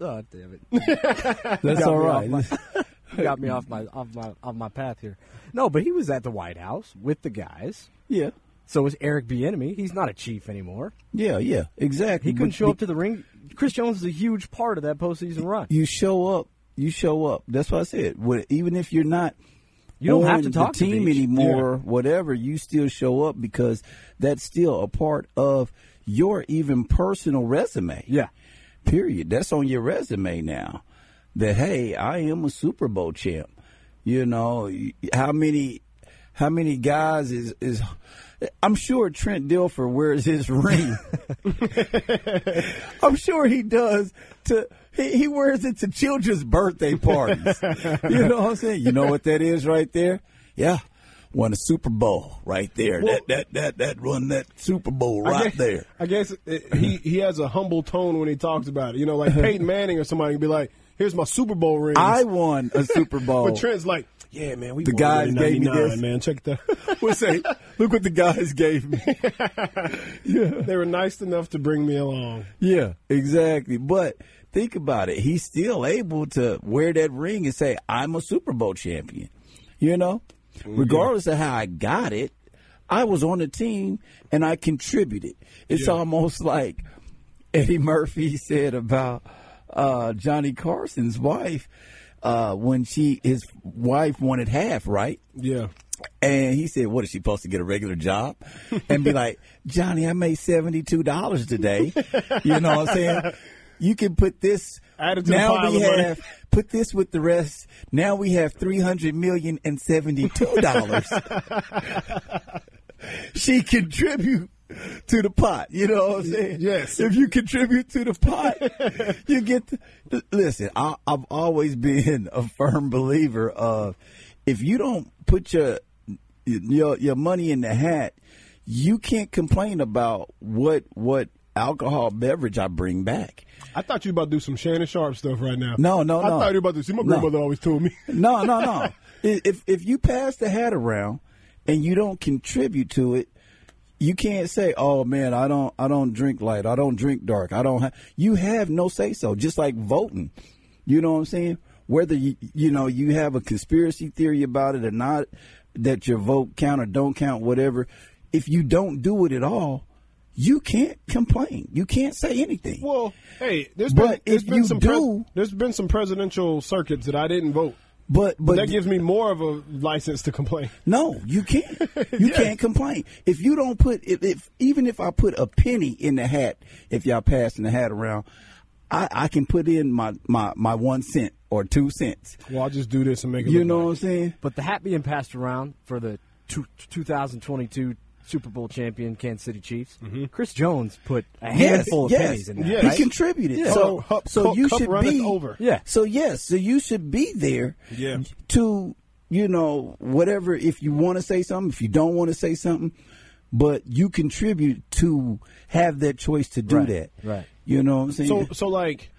D: oh damn it,
C: That's
D: Got me
C: all
D: off
C: right.
D: You got me off my off my off my path here. No, but he was at the White House with the guys.
C: <laughs> yeah.
D: So was Eric Bieniemy. He's not a chief anymore.
C: Yeah, yeah, exactly.
D: He couldn't
C: But
D: show up to the ring. Chris Jones is a huge part of that postseason run.
C: You show up. You show up. That's what I said. What- Even if you're not
D: You don't have
C: on
D: to talk
C: the
D: to
C: team
D: Beach.
C: anymore, whatever, you still show up because that's still a part of your even personal resume.
D: Yeah.
C: Period. That's on your resume now. That hey, I am a Super Bowl champ. You know, how many how many guys is is I'm sure Trent Dilfer wears his <laughs> ring. I'm sure he does. To he, he wears it to children's birthday parties. you know what I'm saying? You know what that is right there? Yeah, won a Super Bowl right there. that that that that run that Super Bowl
B: I
C: right
B: guess-
C: there.
B: I guess it, he he has a humble tone when he talks about it. You know,
C: <laughs>
B: like Peyton Manning or somebody would be like, "Here's my Super Bowl ring."
C: I won
B: <laughs>
C: a Super Bowl.
B: but Trent's like, "Yeah, man, we
C: The
B: won
C: guys
B: in
C: gave me
B: 99,
C: this.
B: man. Check that. <laughs>
C: would say, <laughs> look what the guys gave me.
B: they were nice enough to bring me along."
C: Yeah, exactly. But think about it. He's still able to wear that ring and say, I'm a Super Bowl champion. You know,
B: Mm-hmm.
C: regardless of how I got it, I was on the team and I contributed. It's
B: Yeah.
C: almost like Eddie Murphy <laughs> said about uh, Johnny Carson's wife uh, when she his wife wanted half, right?
B: Yeah,
C: And he said, "What is she supposed to get a regular job?" And be like, "Johnny, I made seventy two dollars today." You know what I'm saying? You can put this.
B: Add it to the
C: now
B: pile
C: we
B: of money.
C: have put this with the rest. Now we have three hundred million and seventy two dollars. she contribute to the pot. You know what I'm saying?
B: Yes.
C: If you contribute to the pot, you get. The, listen, I, I've always been a firm believer of if you don't put your your your money in the hat, you can't complain about what what alcohol beverage I bring back.
B: I thought you were about to do some Shannon Sharp stuff right now.
C: No, no,
B: I
C: no.
B: thought you were about to. See, my
C: No.
B: grandmother always told me.
C: No, no, no.
B: <laughs>
C: I- if if you pass the hat around and you don't contribute to it, you can't say, "Oh man, I don't I don't drink light. I don't drink dark. I don't ha-. you have no say so." Just like voting. You know what I'm saying? Whether you you know you have a conspiracy theory about it or not that your vote count or don't count whatever, if you don't do it at all, you can't complain. You can't say anything.
B: Well, hey, there's been
C: But
B: there's
C: if
B: been
C: you
B: some
C: do-
B: there's been some presidential circuits that I didn't vote.
C: but but
B: that gives me more of a license to complain.
C: No,
B: <laughs>
C: you can't. You can't complain if you don't put if, if even if I put a penny in the hat. If y'all passing the hat around, I, I can put in my my my one cent or two cents.
B: Well, I'll just do this and make it.
C: You
B: look
C: know
B: nice.
C: what I'm saying?
D: But the hat being passed around for the two, 2022 Super Bowl champion Kansas City Chiefs,
C: Mm-hmm.
D: Chris Jones put a handful of pennies in that.
B: yes.
C: He
B: right?
C: contributed.
B: Yeah.
C: So,
B: Cup- cup-
C: so you
B: cup
C: should
B: runneth
C: be
B: over.
D: Yeah.
C: So yes, so you should be there.
B: Yeah.
C: To you know whatever if you want to say something, if you don't want to say something, but you contribute to have that choice to do
D: Right,
C: that.
D: right.
C: You know what I'm saying?
B: So, so like,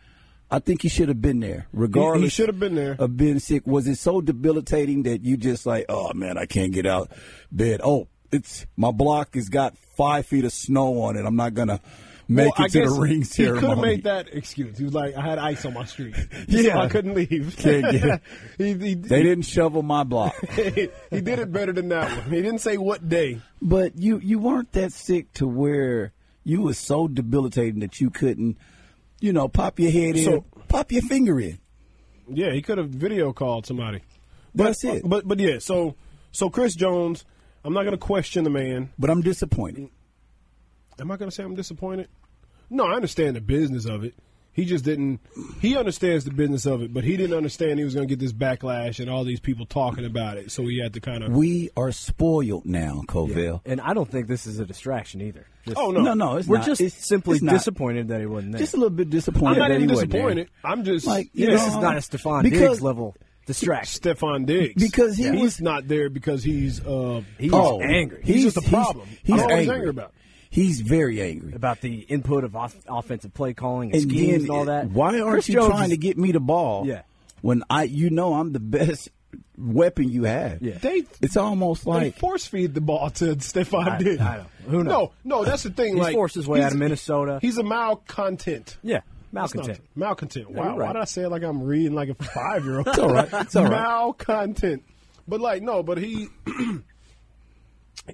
C: I think he should have been there, regardless.
B: He- he should have been there.
C: Of being sick, was it so debilitating that you just like, oh man, I can't get out bed. Oh, it's my block has got five feet of snow on it. I'm not gonna
B: well,
C: make
B: I
C: it to the
B: guess
C: ring ceremony.
B: He could have made that excuse. He was like, I had ice on my
C: <laughs>
B: street, so
C: Yeah.
B: I couldn't leave.
C: <laughs> Can't get-
B: <laughs> he, he,
C: They didn't shovel my block.
B: he, <laughs> he did it better than that one. He didn't say what day.
C: <laughs> but you you weren't that sick to where you was so debilitating that you couldn't, you know, pop your head in,
B: So-
C: pop your finger in.
B: Yeah, he could have video called somebody.
C: That's it. But,
B: But but yeah, so so Chris Jones, I'm not going to question the man.
C: I'm disappointed.
B: Am I going to say I'm disappointed? No, I understand the business of it. He just didn't. He understands the business of it, but he didn't understand he was going to get this backlash and all these people talking about it. So he had to kind of.
C: We are spoiled now, Covell.
D: And I don't think this is a distraction either. Just-
B: Oh no,
C: No, no, it's
D: we're
C: not.
D: just
C: It's-
D: simply
C: it's not.
D: disappointed that he wasn't there.
C: Just a little bit disappointed.
B: I'm not
C: that
B: even
C: he wasn't there.
B: disappointed. I'm just
C: Like,
B: yeah,
C: you
D: this
C: know,
D: is not a Stephon
C: because-
D: Diggs level. distraction.
B: Stefan Diggs
C: Because he
B: he's
C: was-
B: not there because he's uh
D: He's
C: Oh,
D: angry
B: he's just a problem.
C: He's,
B: I don't know what he's
C: angry.
B: angry about.
C: He's very angry.
D: about the input of off- offensive play calling and,
C: and
D: schemes
C: then
D: and all that.
C: Why aren't
D: Chris
C: you
D: Jones
C: trying
D: is-
C: to get me the ball?
D: Yeah.
C: When I, you know, I'm the best weapon you have.
D: Yeah.
B: They
C: It's almost
B: they
C: like
B: force feed the ball to Stefan
D: I-
B: Diggs.
D: I know. Who knows?
B: No, no, that's the thing.
D: He's
B: like
D: forced his way
B: he's-
D: out of Minnesota.
B: He's a malcontent.
D: Yeah,
B: That's not-
D: malcontent.
B: Malcontent.
D: Yeah,
B: Wow.
D: you're right.
B: Why did I say it like I'm reading like a five year old?
C: It's all right. It's all right.
B: Malcontent. But like no, but he. <clears throat>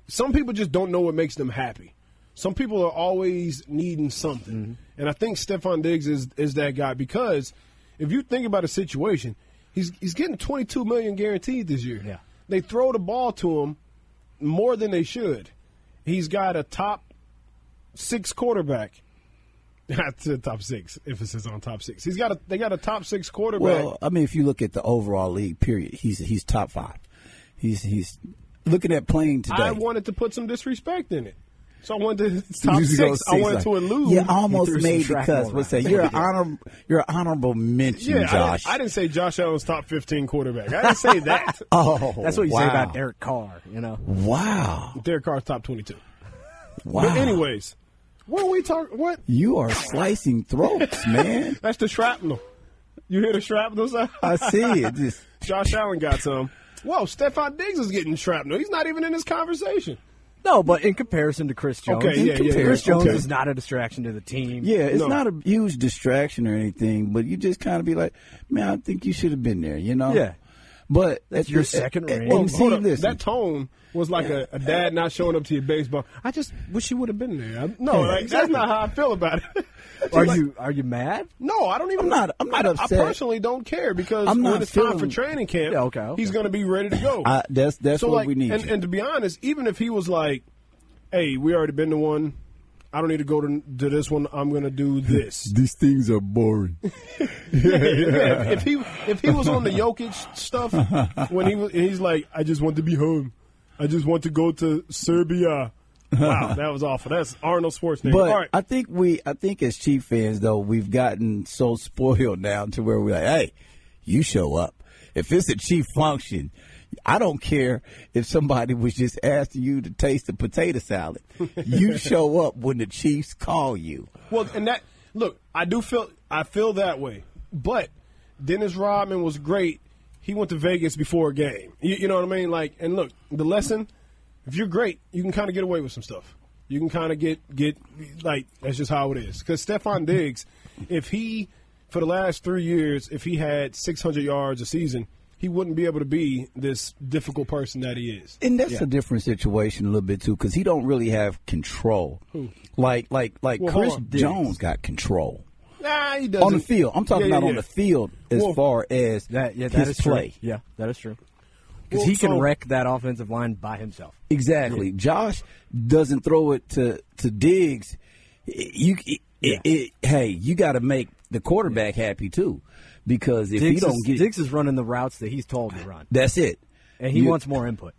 B: some people just don't know what makes them happy. Some people are always needing something,
C: Mm-hmm.
B: and I think Stefan Diggs is is that guy because if you think about a situation, he's he's getting twenty two million guaranteed this year.
D: Yeah.
B: they throw the ball to him more than they should. He's got a top six quarterback. <laughs> That's a top six. Emphasis on top six. He's got a they got a top six quarterback.
C: Well, I mean, if you look at the overall league, period, he's he's top five. He's he's looking at playing today.
B: I wanted to put some disrespect in it. So I wanted
C: <laughs>
B: to top
C: You
B: six.
C: go
B: I
C: six,
B: wanted
C: like-
B: to elude.
C: Yeah, I almost
D: threw some
C: made the
D: track
C: cuss.
D: ball
C: What's
D: around.
C: that?
B: <laughs>
C: You're an honor, you're an honorable mention,
B: Yeah, I,
C: Josh.
B: didn't, I didn't say Josh Allen's top fifteen quarterback. I didn't
C: <laughs>
B: say that.
C: oh,
D: That's what you
C: wow.
D: say about Derek Carr. You know,
C: Wow,
B: Derek Carr's top twenty-two.
C: wow. <sighs>
B: But anyways, what are we talking? What?
C: you are slicing
D: <laughs>
C: throats, man.
B: That's the shrapnel. You hear the shrapnel?
C: <laughs>
B: sound?
C: I see it. Just
B: Josh Allen got some. Whoa, Stephon Diggs is getting shrapnel. He's not even in this conversation.
D: no, but in comparison to Chris Jones,
B: Okay, yeah, yeah, yeah.
D: Chris Jones
B: Okay.
D: is not a distraction to the team.
C: Yeah, it's
B: No.
C: not a huge distraction or anything, but you just kind of be like, man, I think you should have been there, you know?
D: Yeah.
C: But
D: That's
C: at
D: your
C: the-
D: second
C: and-
D: ring.
C: and
D: Well,
C: see,
B: Hold up.
C: listen,
B: That tone was like a, a dad not showing up to your baseball. I just wish you would have been there. I- no, like, that's not how I feel about it. <laughs>
D: Are
B: Like,
D: you are you mad?
B: No, I don't even.
C: I'm not- I'm not
B: I-
C: upset.
B: I personally don't care because
C: I'm
B: when
C: not
B: it's time for
C: feeling-
B: training camp,
D: Yeah, okay, okay.
B: he's going to be ready to go.
C: I, that's that's
B: so
C: what
B: like,
C: we need.
B: And, and to be honest, even if he was like, "Hey, we already been to one. I don't need to go to, to this one. I'm going to do this."
C: These things are boring.
B: Yeah, if, if he if he was on the Jokic stuff when he was, he's like, "I just want to be home. I just want to go to Serbia." Wow, that was awful. That's Arnold Schwarzenegger.
C: But
B: All right.
C: I think we, I think as Chief fans though, we've gotten so <laughs> spoiled now to where we're like, hey, you show up. If it's a chief function, I don't care if somebody was just asking you to taste the
B: <laughs>
C: potato salad. you show up when the Chiefs call you.
B: Well, and that look, I do feel I feel that way, but Dennis Rodman was great. He went to Vegas before a game. You, you know what I mean? Like, and look, the lesson: if you're great, you can kind of get away with some stuff. You can kind of get get like that's just how it is. Because Stephon Diggs, if he for the last three years, if he had 600 yards a season, he wouldn't be able to be this difficult person that he is.
C: and that's a different situation a little bit too because he don't really have control like like like
B: Hmm. Well,
C: chris
B: hold on.
C: jones got control
B: Nah, he doesn't
C: on the field i'm talking
B: Yeah, yeah,
C: about on
B: yeah.
C: the field as
B: Well,
C: far as
D: That yeah, that
C: his
D: is
C: play
D: true. Yeah, that is true. Because
B: Well,
D: he can
B: so-
D: wreck that offensive line by himself.
C: exactly josh doesn't throw it to to diggs you it, it, it- hey you got to make the quarterback happy too because if
D: Diggs,
C: he don't
D: is,
C: get
D: Diggs is running the routes that he's told to run,
C: that's it
D: and he
C: You-
D: wants more input.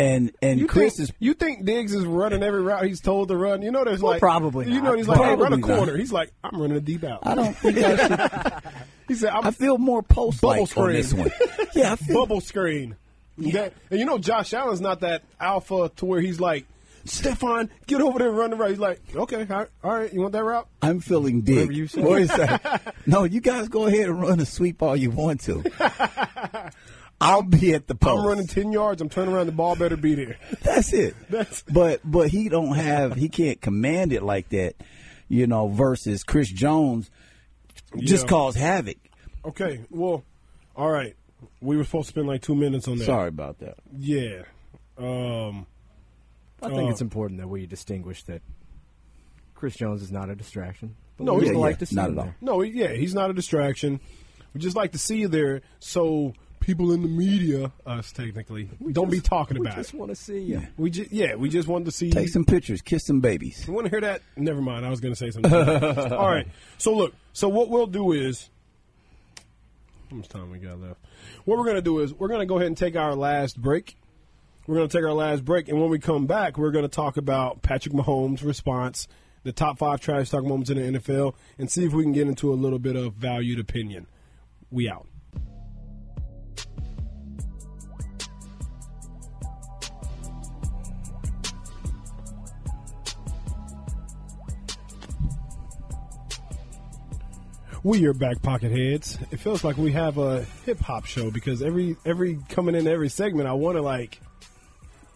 C: and and
B: You
C: chris
B: think,
C: is
B: you think Diggs is running every route he's told to run? You know, there's
D: Well,
B: like
D: probably
B: You
D: not.
B: know, he's like, hey, run a
C: Probably not.
B: corner. He's like, I'm running a deep out.
C: i don't think i should
B: <laughs> He said, I'm
C: i feel more post
B: Bubble
C: like on
B: screen.
C: this one
D: <laughs>
C: yeah i feel
B: bubble screen. That- and you know, Josh Allen's not that alpha to where he's like, Stefan, get over there and run the route. He's like, okay, all right, all right you want that route?
C: I'm feeling dick.
D: Whatever you say.
C: What is that?
D: <laughs>
C: no, you guys go ahead and run a sweep all you want to. I'll be at the post.
B: I'm running 10 yards. I'm turning around. The ball better be there.
C: That's it.
B: That's-
C: but but he don't have he can't command it like that, you know. Versus Chris Jones, <laughs> just
B: Yeah.
C: cause havoc.
B: Okay, well, all right. We were supposed to spend like two minutes on that.
C: Sorry about that.
B: Yeah. Um,
D: I
B: Uh,
D: think
C: Oh.
D: it's important that we distingush that Chris Jones is not a distraction. But
B: No,
D: we
B: he's
D: still
B: not.
D: like to see
C: Not
D: him
C: at all.
D: there.
B: No, yeah, he's not a distraction. We just like to see you there, so people in the media, us technically, don't
D: <laughs>
B: be talking
D: We
B: about
D: just
B: it.
D: want to see you.
B: We just, yeah, we just wanted to see.
C: Take some pictures, kiss some babies.
B: You want to hear that? Never mind. I was going to say something. All right. So look. So what we'll do is, how much time we got left? What we're going to do is we're going to go ahead and take our last break. We're going to take our last break, and when we come back, we're going to talk about Patrick Mahomes' response, the top five trash talk moments in the NFL, and see if we can get into a little bit of valued opinion. We out. We are back, pocket heads. It feels like we have a hip hop show because every every coming in every segment, I want to like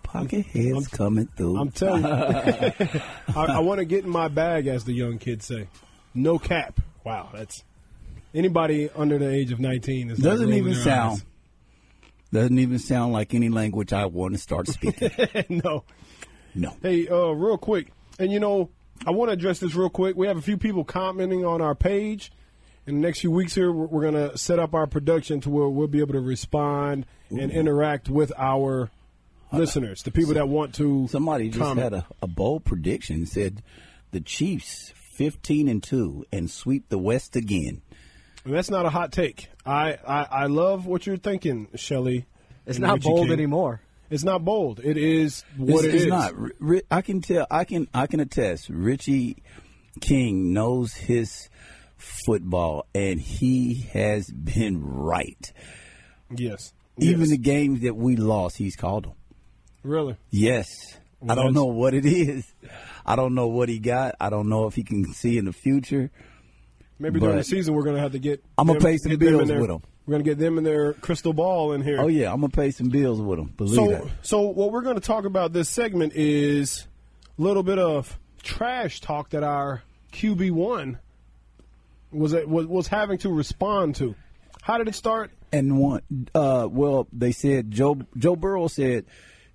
C: Pocket heads coming through.
B: I'm telling you, <laughs> I, I want to get in my bag, as the young kids say. No cap. Wow, that's anybody under the age of 19 is like
C: doesn't
B: rolling
C: even
B: their
C: sound. Doesn't even sound like any language I want to start speaking.
B: eyes. <laughs> no.
C: no.
B: Hey, uh, real quick, and you know, I want to address this real quick. We have a few people commenting on our page. In the next few weeks here, we're, we're going to set up our production to where we'll be able to respond and interact with our
C: Uh,
B: listeners, the people that want to.
C: Somebody just
B: comment.
C: had a, a bold prediction. Said the Chiefs fifteen and two and sweep the West again.
B: And that's not a hot take. I, I, I love what you're thinking, Shelly.
D: It's
B: and
D: not
B: Richie
D: bold
B: King.
D: anymore.
B: It's not bold. It is
C: It's-
B: what it
C: it's
B: is.
C: not. Ri- Ri- I can tell. I can. I can attest. Richie King knows his football, and he has been right.
B: Yes.
C: Even
B: Yes.
C: the games that we lost, he's called them.
B: really.
C: Yes. I
B: that's-
C: don't know what it is. I don't know what he got. I don't know if he can see in the future.
B: Maybe during
C: But-
B: the season we're going to have to get.
C: I'ma
B: them-
C: pay some
B: get them in
C: bills
B: their-
C: with 'em.
B: We're going to get them in their crystal ball in here.
C: Oh yeah, I'm gonna pay some bills with him. Believe
B: So,
C: that.
B: so what we're going to talk about this segment is a little bit of trash talk that our QB one was was was having to respond to. How did it start?
C: And one, uh, well, they said Joe Joe Burrow said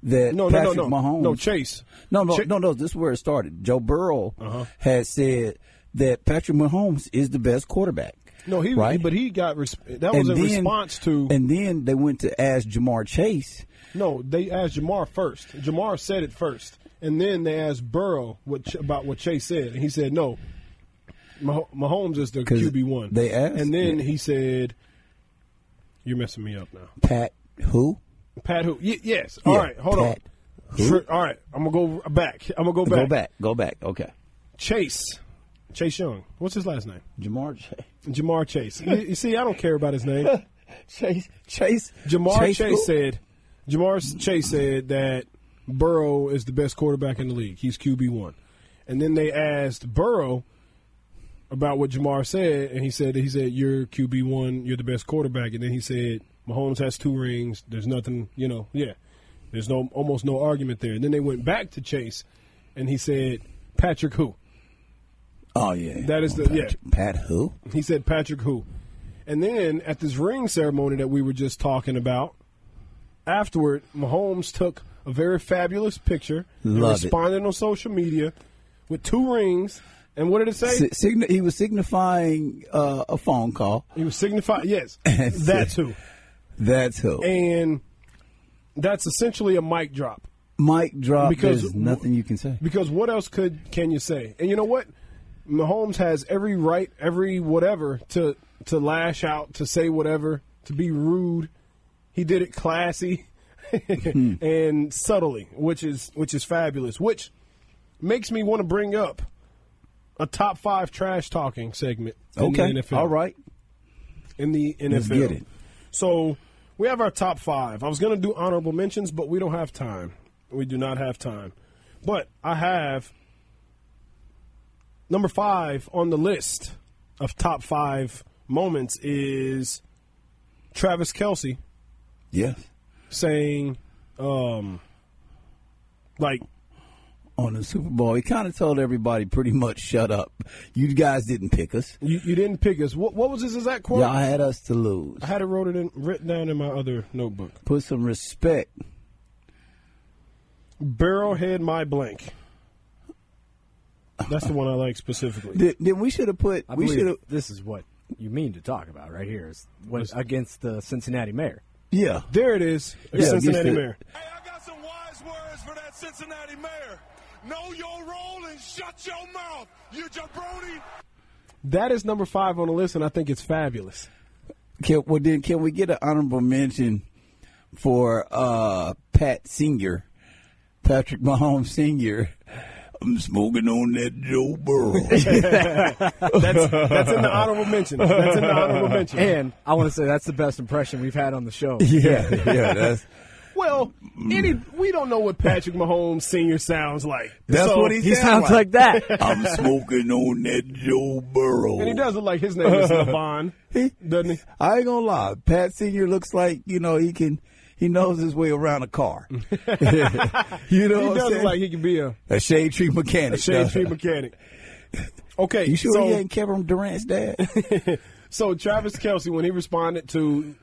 C: that
B: No,
C: Patrick
B: no, no, no,
C: Mahomes.
B: no. Chase.
C: No, no,
B: Ch-
C: no, no. This is where it started. Joe Burrow
B: Uh-huh.
C: had said that Patrick Mahomes is the best quarterback.
B: No, he.
C: Right?
B: But he got res- that was in response to.
C: And then they went to ask Jamar Chase.
B: no, they asked Jamar first. Jamar said it first, and then they asked Burrow what Ch- about what Chase said, and he said no. Mah- Mahomes is the
C: 'Cause
B: QB one.
C: they asked?
B: and then
C: Yeah.
B: he said, "You're messing me up now."
C: Pat, who?
B: Pat who? Y- yes. All
C: Yeah,
B: right. Hold
C: Pat
B: on.
C: who?
B: Fr- all right. I'm gonna go back. I'm gonna go back.
C: Go back. Go back. Okay.
B: Chase. Chase Young. What's his last name?
C: Jamar Chase.
B: Jamar Chase. you, you see, I don't care about his name.
C: Chase. Chase.
B: Jamar Chase,
C: who?
B: said. Jamar Chase said that Burrow is the best quarterback in the league. He's QB one. And then they asked Burrow about what Jamar said, and he said he said you're QB one, you're the best quarterback. And then he said Mahomes has two rings. There's nothing, you know, yeah. There's no almost no argument there. And then they went back to Chase, and he said Patrick who?
C: Oh yeah.
B: That is
C: Oh,
B: the-
C: Pat,
B: yeah.
C: Pat who?
B: He said Patrick who? And then at this ring ceremony that we were just talking about, afterward, Mahomes took a very fabulous picture and
C: Love it.
B: responded on social media with two rings. And what did it say?
C: Si- signi- he was signifying uh, a phone call.
B: He was signifying
C: <laughs>
B: yes, that's who.
C: That's who.
B: And that's essentially a mic drop.
C: Mic drop.
B: Because-
C: There's nothing you can say.
B: Because what else could can you say? And you know what? Mahomes has every right, every whatever to to lash out, to say whatever, to be rude. He did it classy
C: Hmm.
B: <laughs> and subtly, which is which is fabulous, which makes me want to bring up a top 5 trash talking segment in
C: Okay.
B: the NFL.
C: All right.
B: In the NFL.
C: Let's get it.
B: So we have our top five. I was going to do honorable mentions, but we don't have time. We do not have time. But I have number five on the list of top five moments is Travis Kelsey
C: Yes.
B: saying, um, like,
C: On the Super Bowl, he kind of told everybody pretty much, "Shut up. You guys didn't pick us.
B: you, you didn't pick us. What, what was his exact quote?
C: Y'all had us to lose.
B: I had it wrote it in, written down in my other notebook.
C: Put some respect."
B: Barrelhead my blank. That's the one I like specifically.
C: Then, then we should have put.
D: I
C: we should
D: believe
C: have.
D: this is what you mean to talk about right here is what against the Cincinnati mayor.
C: Yeah.
B: There it is. The
C: Yeah,
B: Cincinnati
C: against the-
B: mayor.
E: Hey, I got some wise words for that Cincinnati mayor. Know your role and shut your mouth, you jabroni.
B: That is number five on the list, and I think it's fabulous.
C: Can, well, then can we get an honorable mention for uh, Pat Senior, Patrick Mahomes Senior? I'm smoking on that Joe Burrow.
B: That's, that's in the honorable mention. That's <laughs> in the honorable mention.
D: And I want to say that's the best impression we've had on the show.
C: yeah, yeah, that's
B: Well, any, we don't know what Patrick Mahomes Senior sounds like.
C: <laughs> That's
B: So-
C: what he,
D: He
C: sound
D: sounds like
C: <laughs>
D: that.
C: I'm smoking on that Joe Burrow.
B: And he does look like his name <laughs> is Levon,
C: He-
B: doesn't he?
C: I ain't gonna lie. Pat Senior looks like you know he can. He knows his way around
B: <laughs>
C: a car. <laughs> you know,
B: He
C: what I'm
B: does
C: saying?
B: look like he could be a
C: a shade tree <laughs> mechanic.
B: shade tree mechanic. Okay,
C: You sure
B: so,
C: he ain't Kevin Durant's dad? <laughs>
B: So Travis Kelsey, when he responded to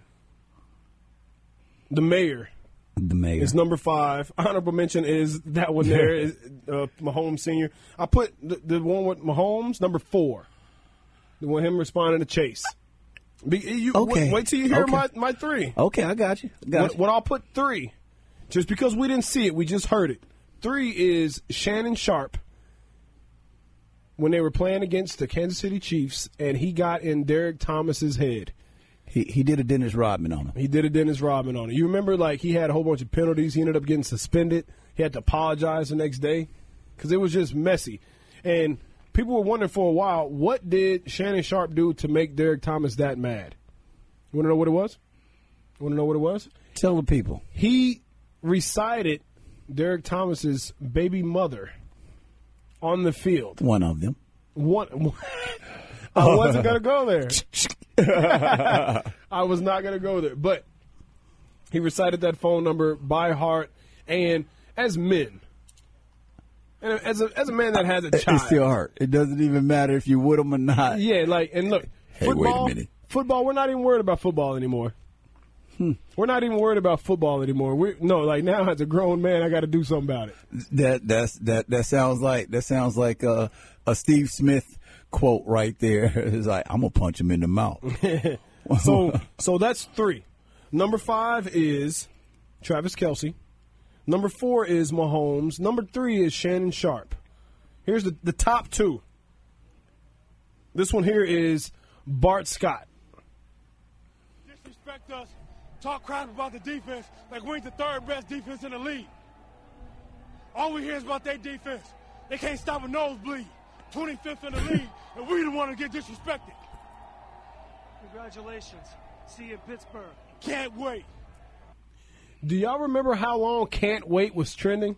B: the mayor,
C: the mayor.
B: is number five. Honorable mention is that one
C: <laughs>
B: there is uh, Mahomes Senior. I put the, the one with Mahomes number four. The one him responding to Chase. Be, you,
C: Okay.
B: Wait, wait till you hear
C: Okay.
B: my, my three.
C: okay, I got you. I Got
B: What,
C: you.
B: what I'll put three, just because we didn't see it, we just heard it. Three is Shannon Sharp when they were playing against the Kansas City Chiefs, and he got in Derek Thomas's head.
C: He, he did a Dennis Rodman on him.
B: He did a Dennis Rodman on it. You remember, like he had a whole bunch of penalties. He ended up getting suspended. He had to apologize the next day because it was just messy. And people were wondering for a while, what did Shannon Sharp do to make Derek Thomas that mad? You want to know what it was? You want to know what it was?
C: Tell the people.
B: He recited Derek Thomas's baby mother on the field.
C: One of them.
B: <laughs> One. I
C: Oh.
B: wasn't gonna go there.
C: <laughs>
B: <laughs> I was not gonna go there. But he recited that phone number by heart, and as men, and as a, as a man that has a child,
C: It's still hard. It doesn't even matter if you with him or not.
B: yeah, like and look,
C: wait a
B: football,
C: minute.
B: football. We're not even worried about football anymore.
C: Hmm.
B: We're not even worried about football anymore. We're no, like now as a grown man, I got to do something about it.
C: That that's that that sounds like that sounds like a, a Steve Smith quote right there. <laughs> It's like I'm gonna punch him in
B: <laughs>
C: the mouth.
B: So so that's three. Number five is Travis Kelsey. Number four is Mahomes. Number three is Shannon Sharp. Here's the, the top two. This one here is Bart Scott.
E: Disrespect us. Talk crap about the defense like we ain't the third best defense in the league. All we hear is about their defense. They can't stop a nosebleed. 25th in the league, and we the one to get disrespected.
F: Congratulations. See you in Pittsburgh.
E: Can't wait.
B: Do y'all remember how long Can't Wait was trending?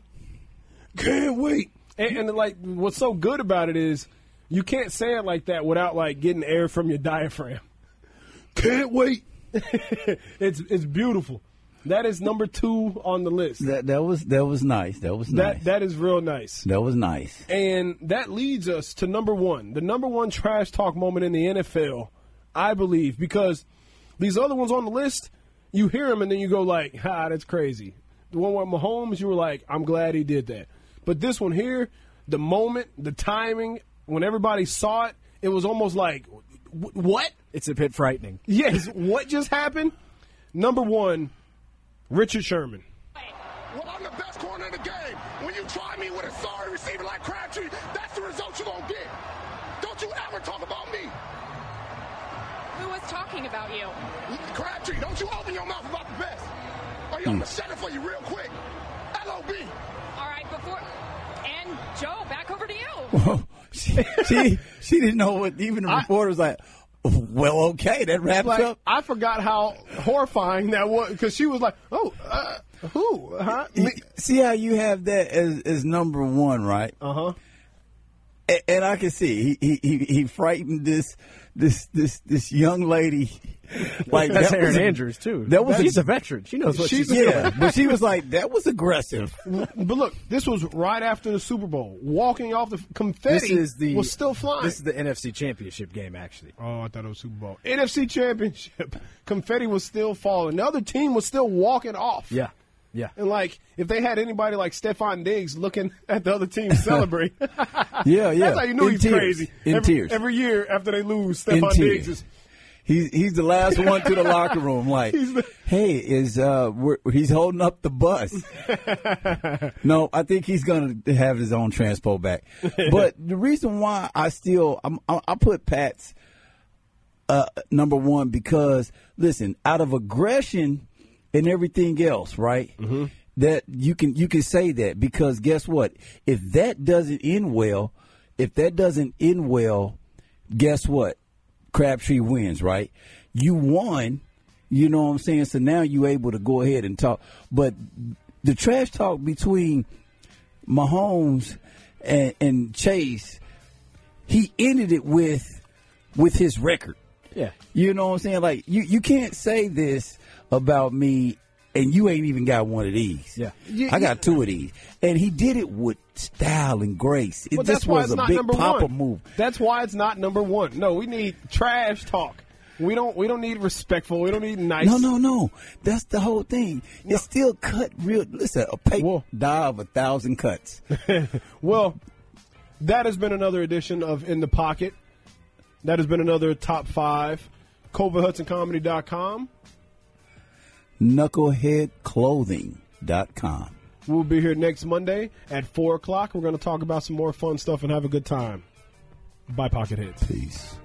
B: Can't wait. And, and like what's so good about it is you can't say it like that without like getting air from your diaphragm. Can't wait. <laughs> it's it's beautiful. That is number two on the list.
C: that that was that was nice. That was
B: That
C: nice.
B: that is real nice.
C: that was nice.
B: And that leads us to number one, the number one trash talk moment in the NFL, I believe, because these other ones on the list, you hear them and then you go like, "Ha, that's crazy." The one with Mahomes, you were like, "I'm glad he did that." But this one here, the moment, the timing, when everybody saw it, it was almost like, "Wh- "What?" <laughs>
D: It's a bit frightening.
B: Yes, what just happened? Number one, Richard Sherman.
G: Well, I'm the best corner in the game. When you try me with a sorry receiver like Crabtree, that's the result you're going to get. Don't you ever talk about me.
H: Who was talking about you?
G: Crabtree, don't you open your mouth about the best. Or I'm going to shut it for you real quick. L.O.B.
H: All right, before. And Joe, back over to you.
C: Oh, she, she she didn't know what even the reporter was like. Well, okay, that wraps
B: like
C: up.
B: I forgot how horrifying that was because she was like, "Oh, uh, who? Huh?" Me-
C: See how you have that as, as number one, right? Uh
B: Uh-huh.
C: huh. And, I can see he, he he he frightened this this this this
B: <laughs>
C: young lady. Like
D: That's
C: that
D: Aaron
C: was a-
D: Andrews too.
C: that was a-
D: she's a, veteran. She knows what she's.
B: She's-
D: doing.
C: Yeah, but she was like, that
B: <laughs>
C: was aggressive.
B: But look, this was right after the Super Bowl. Walking off the f-
D: This
B: confetti
D: is the
B: was still flying.
D: This is the NFC Championship game, actually.
B: oh, I thought it was Super Bowl. NFC Championship. <laughs> Confetti was still falling. The other team was still walking off.
D: Yeah, yeah.
B: And like, if they had anybody like Stefan Diggs looking <laughs> at the other
C: <laughs>
B: team celebrate, <laughs>
C: Yeah, yeah.
B: that's how you knew
C: In
B: he's
C: tears.
B: crazy.
C: In
B: every,
C: tears.
B: Every year after they lose, Stefan
C: tears.
B: Diggs is
C: He's he's the last one to the locker room. Like, hey, is uh, we're, he's holding up the bus? no, I think he's gonna have his own transpo back. But the reason why I still I'm, I, I put Pat's uh, number one because listen, out of aggression and everything else, right? That you can you can say that because guess what? If that doesn't end well, if that doesn't end well, guess what? Crabtree wins, right? You won You know what I'm saying? So now you able to go ahead and talk. But the trash talk between Mahomes and, and Chase, he ended it with with his record.
D: Yeah.
C: You know what I'm saying? Like you, you can't say this about me and you ain't even got one of these.
D: Yeah.
C: I got two of these. And he did it with style and grace. It
B: Well,
C: this
B: that's why
C: was
B: it's
C: a
B: not
C: big
B: number
C: papa
B: one.
C: move.
B: That's why it's not number one. No, we need trash talk. We don't. We don't need respectful. We don't need nice.
C: No, no, no. That's the whole thing. It's still cut real. Listen, a paper
B: Whoa.
C: die of a thousand cuts.
B: Well, that has been another edition of In the Pocket. That has been another top five. CovaHudsonComedy.com.
C: Knuckleheadclothing.com.
B: We'll be here next Monday at 4 o'clock. We're going to talk about some more fun stuff and have a good time. Bye, Pocket Hits.
C: Peace.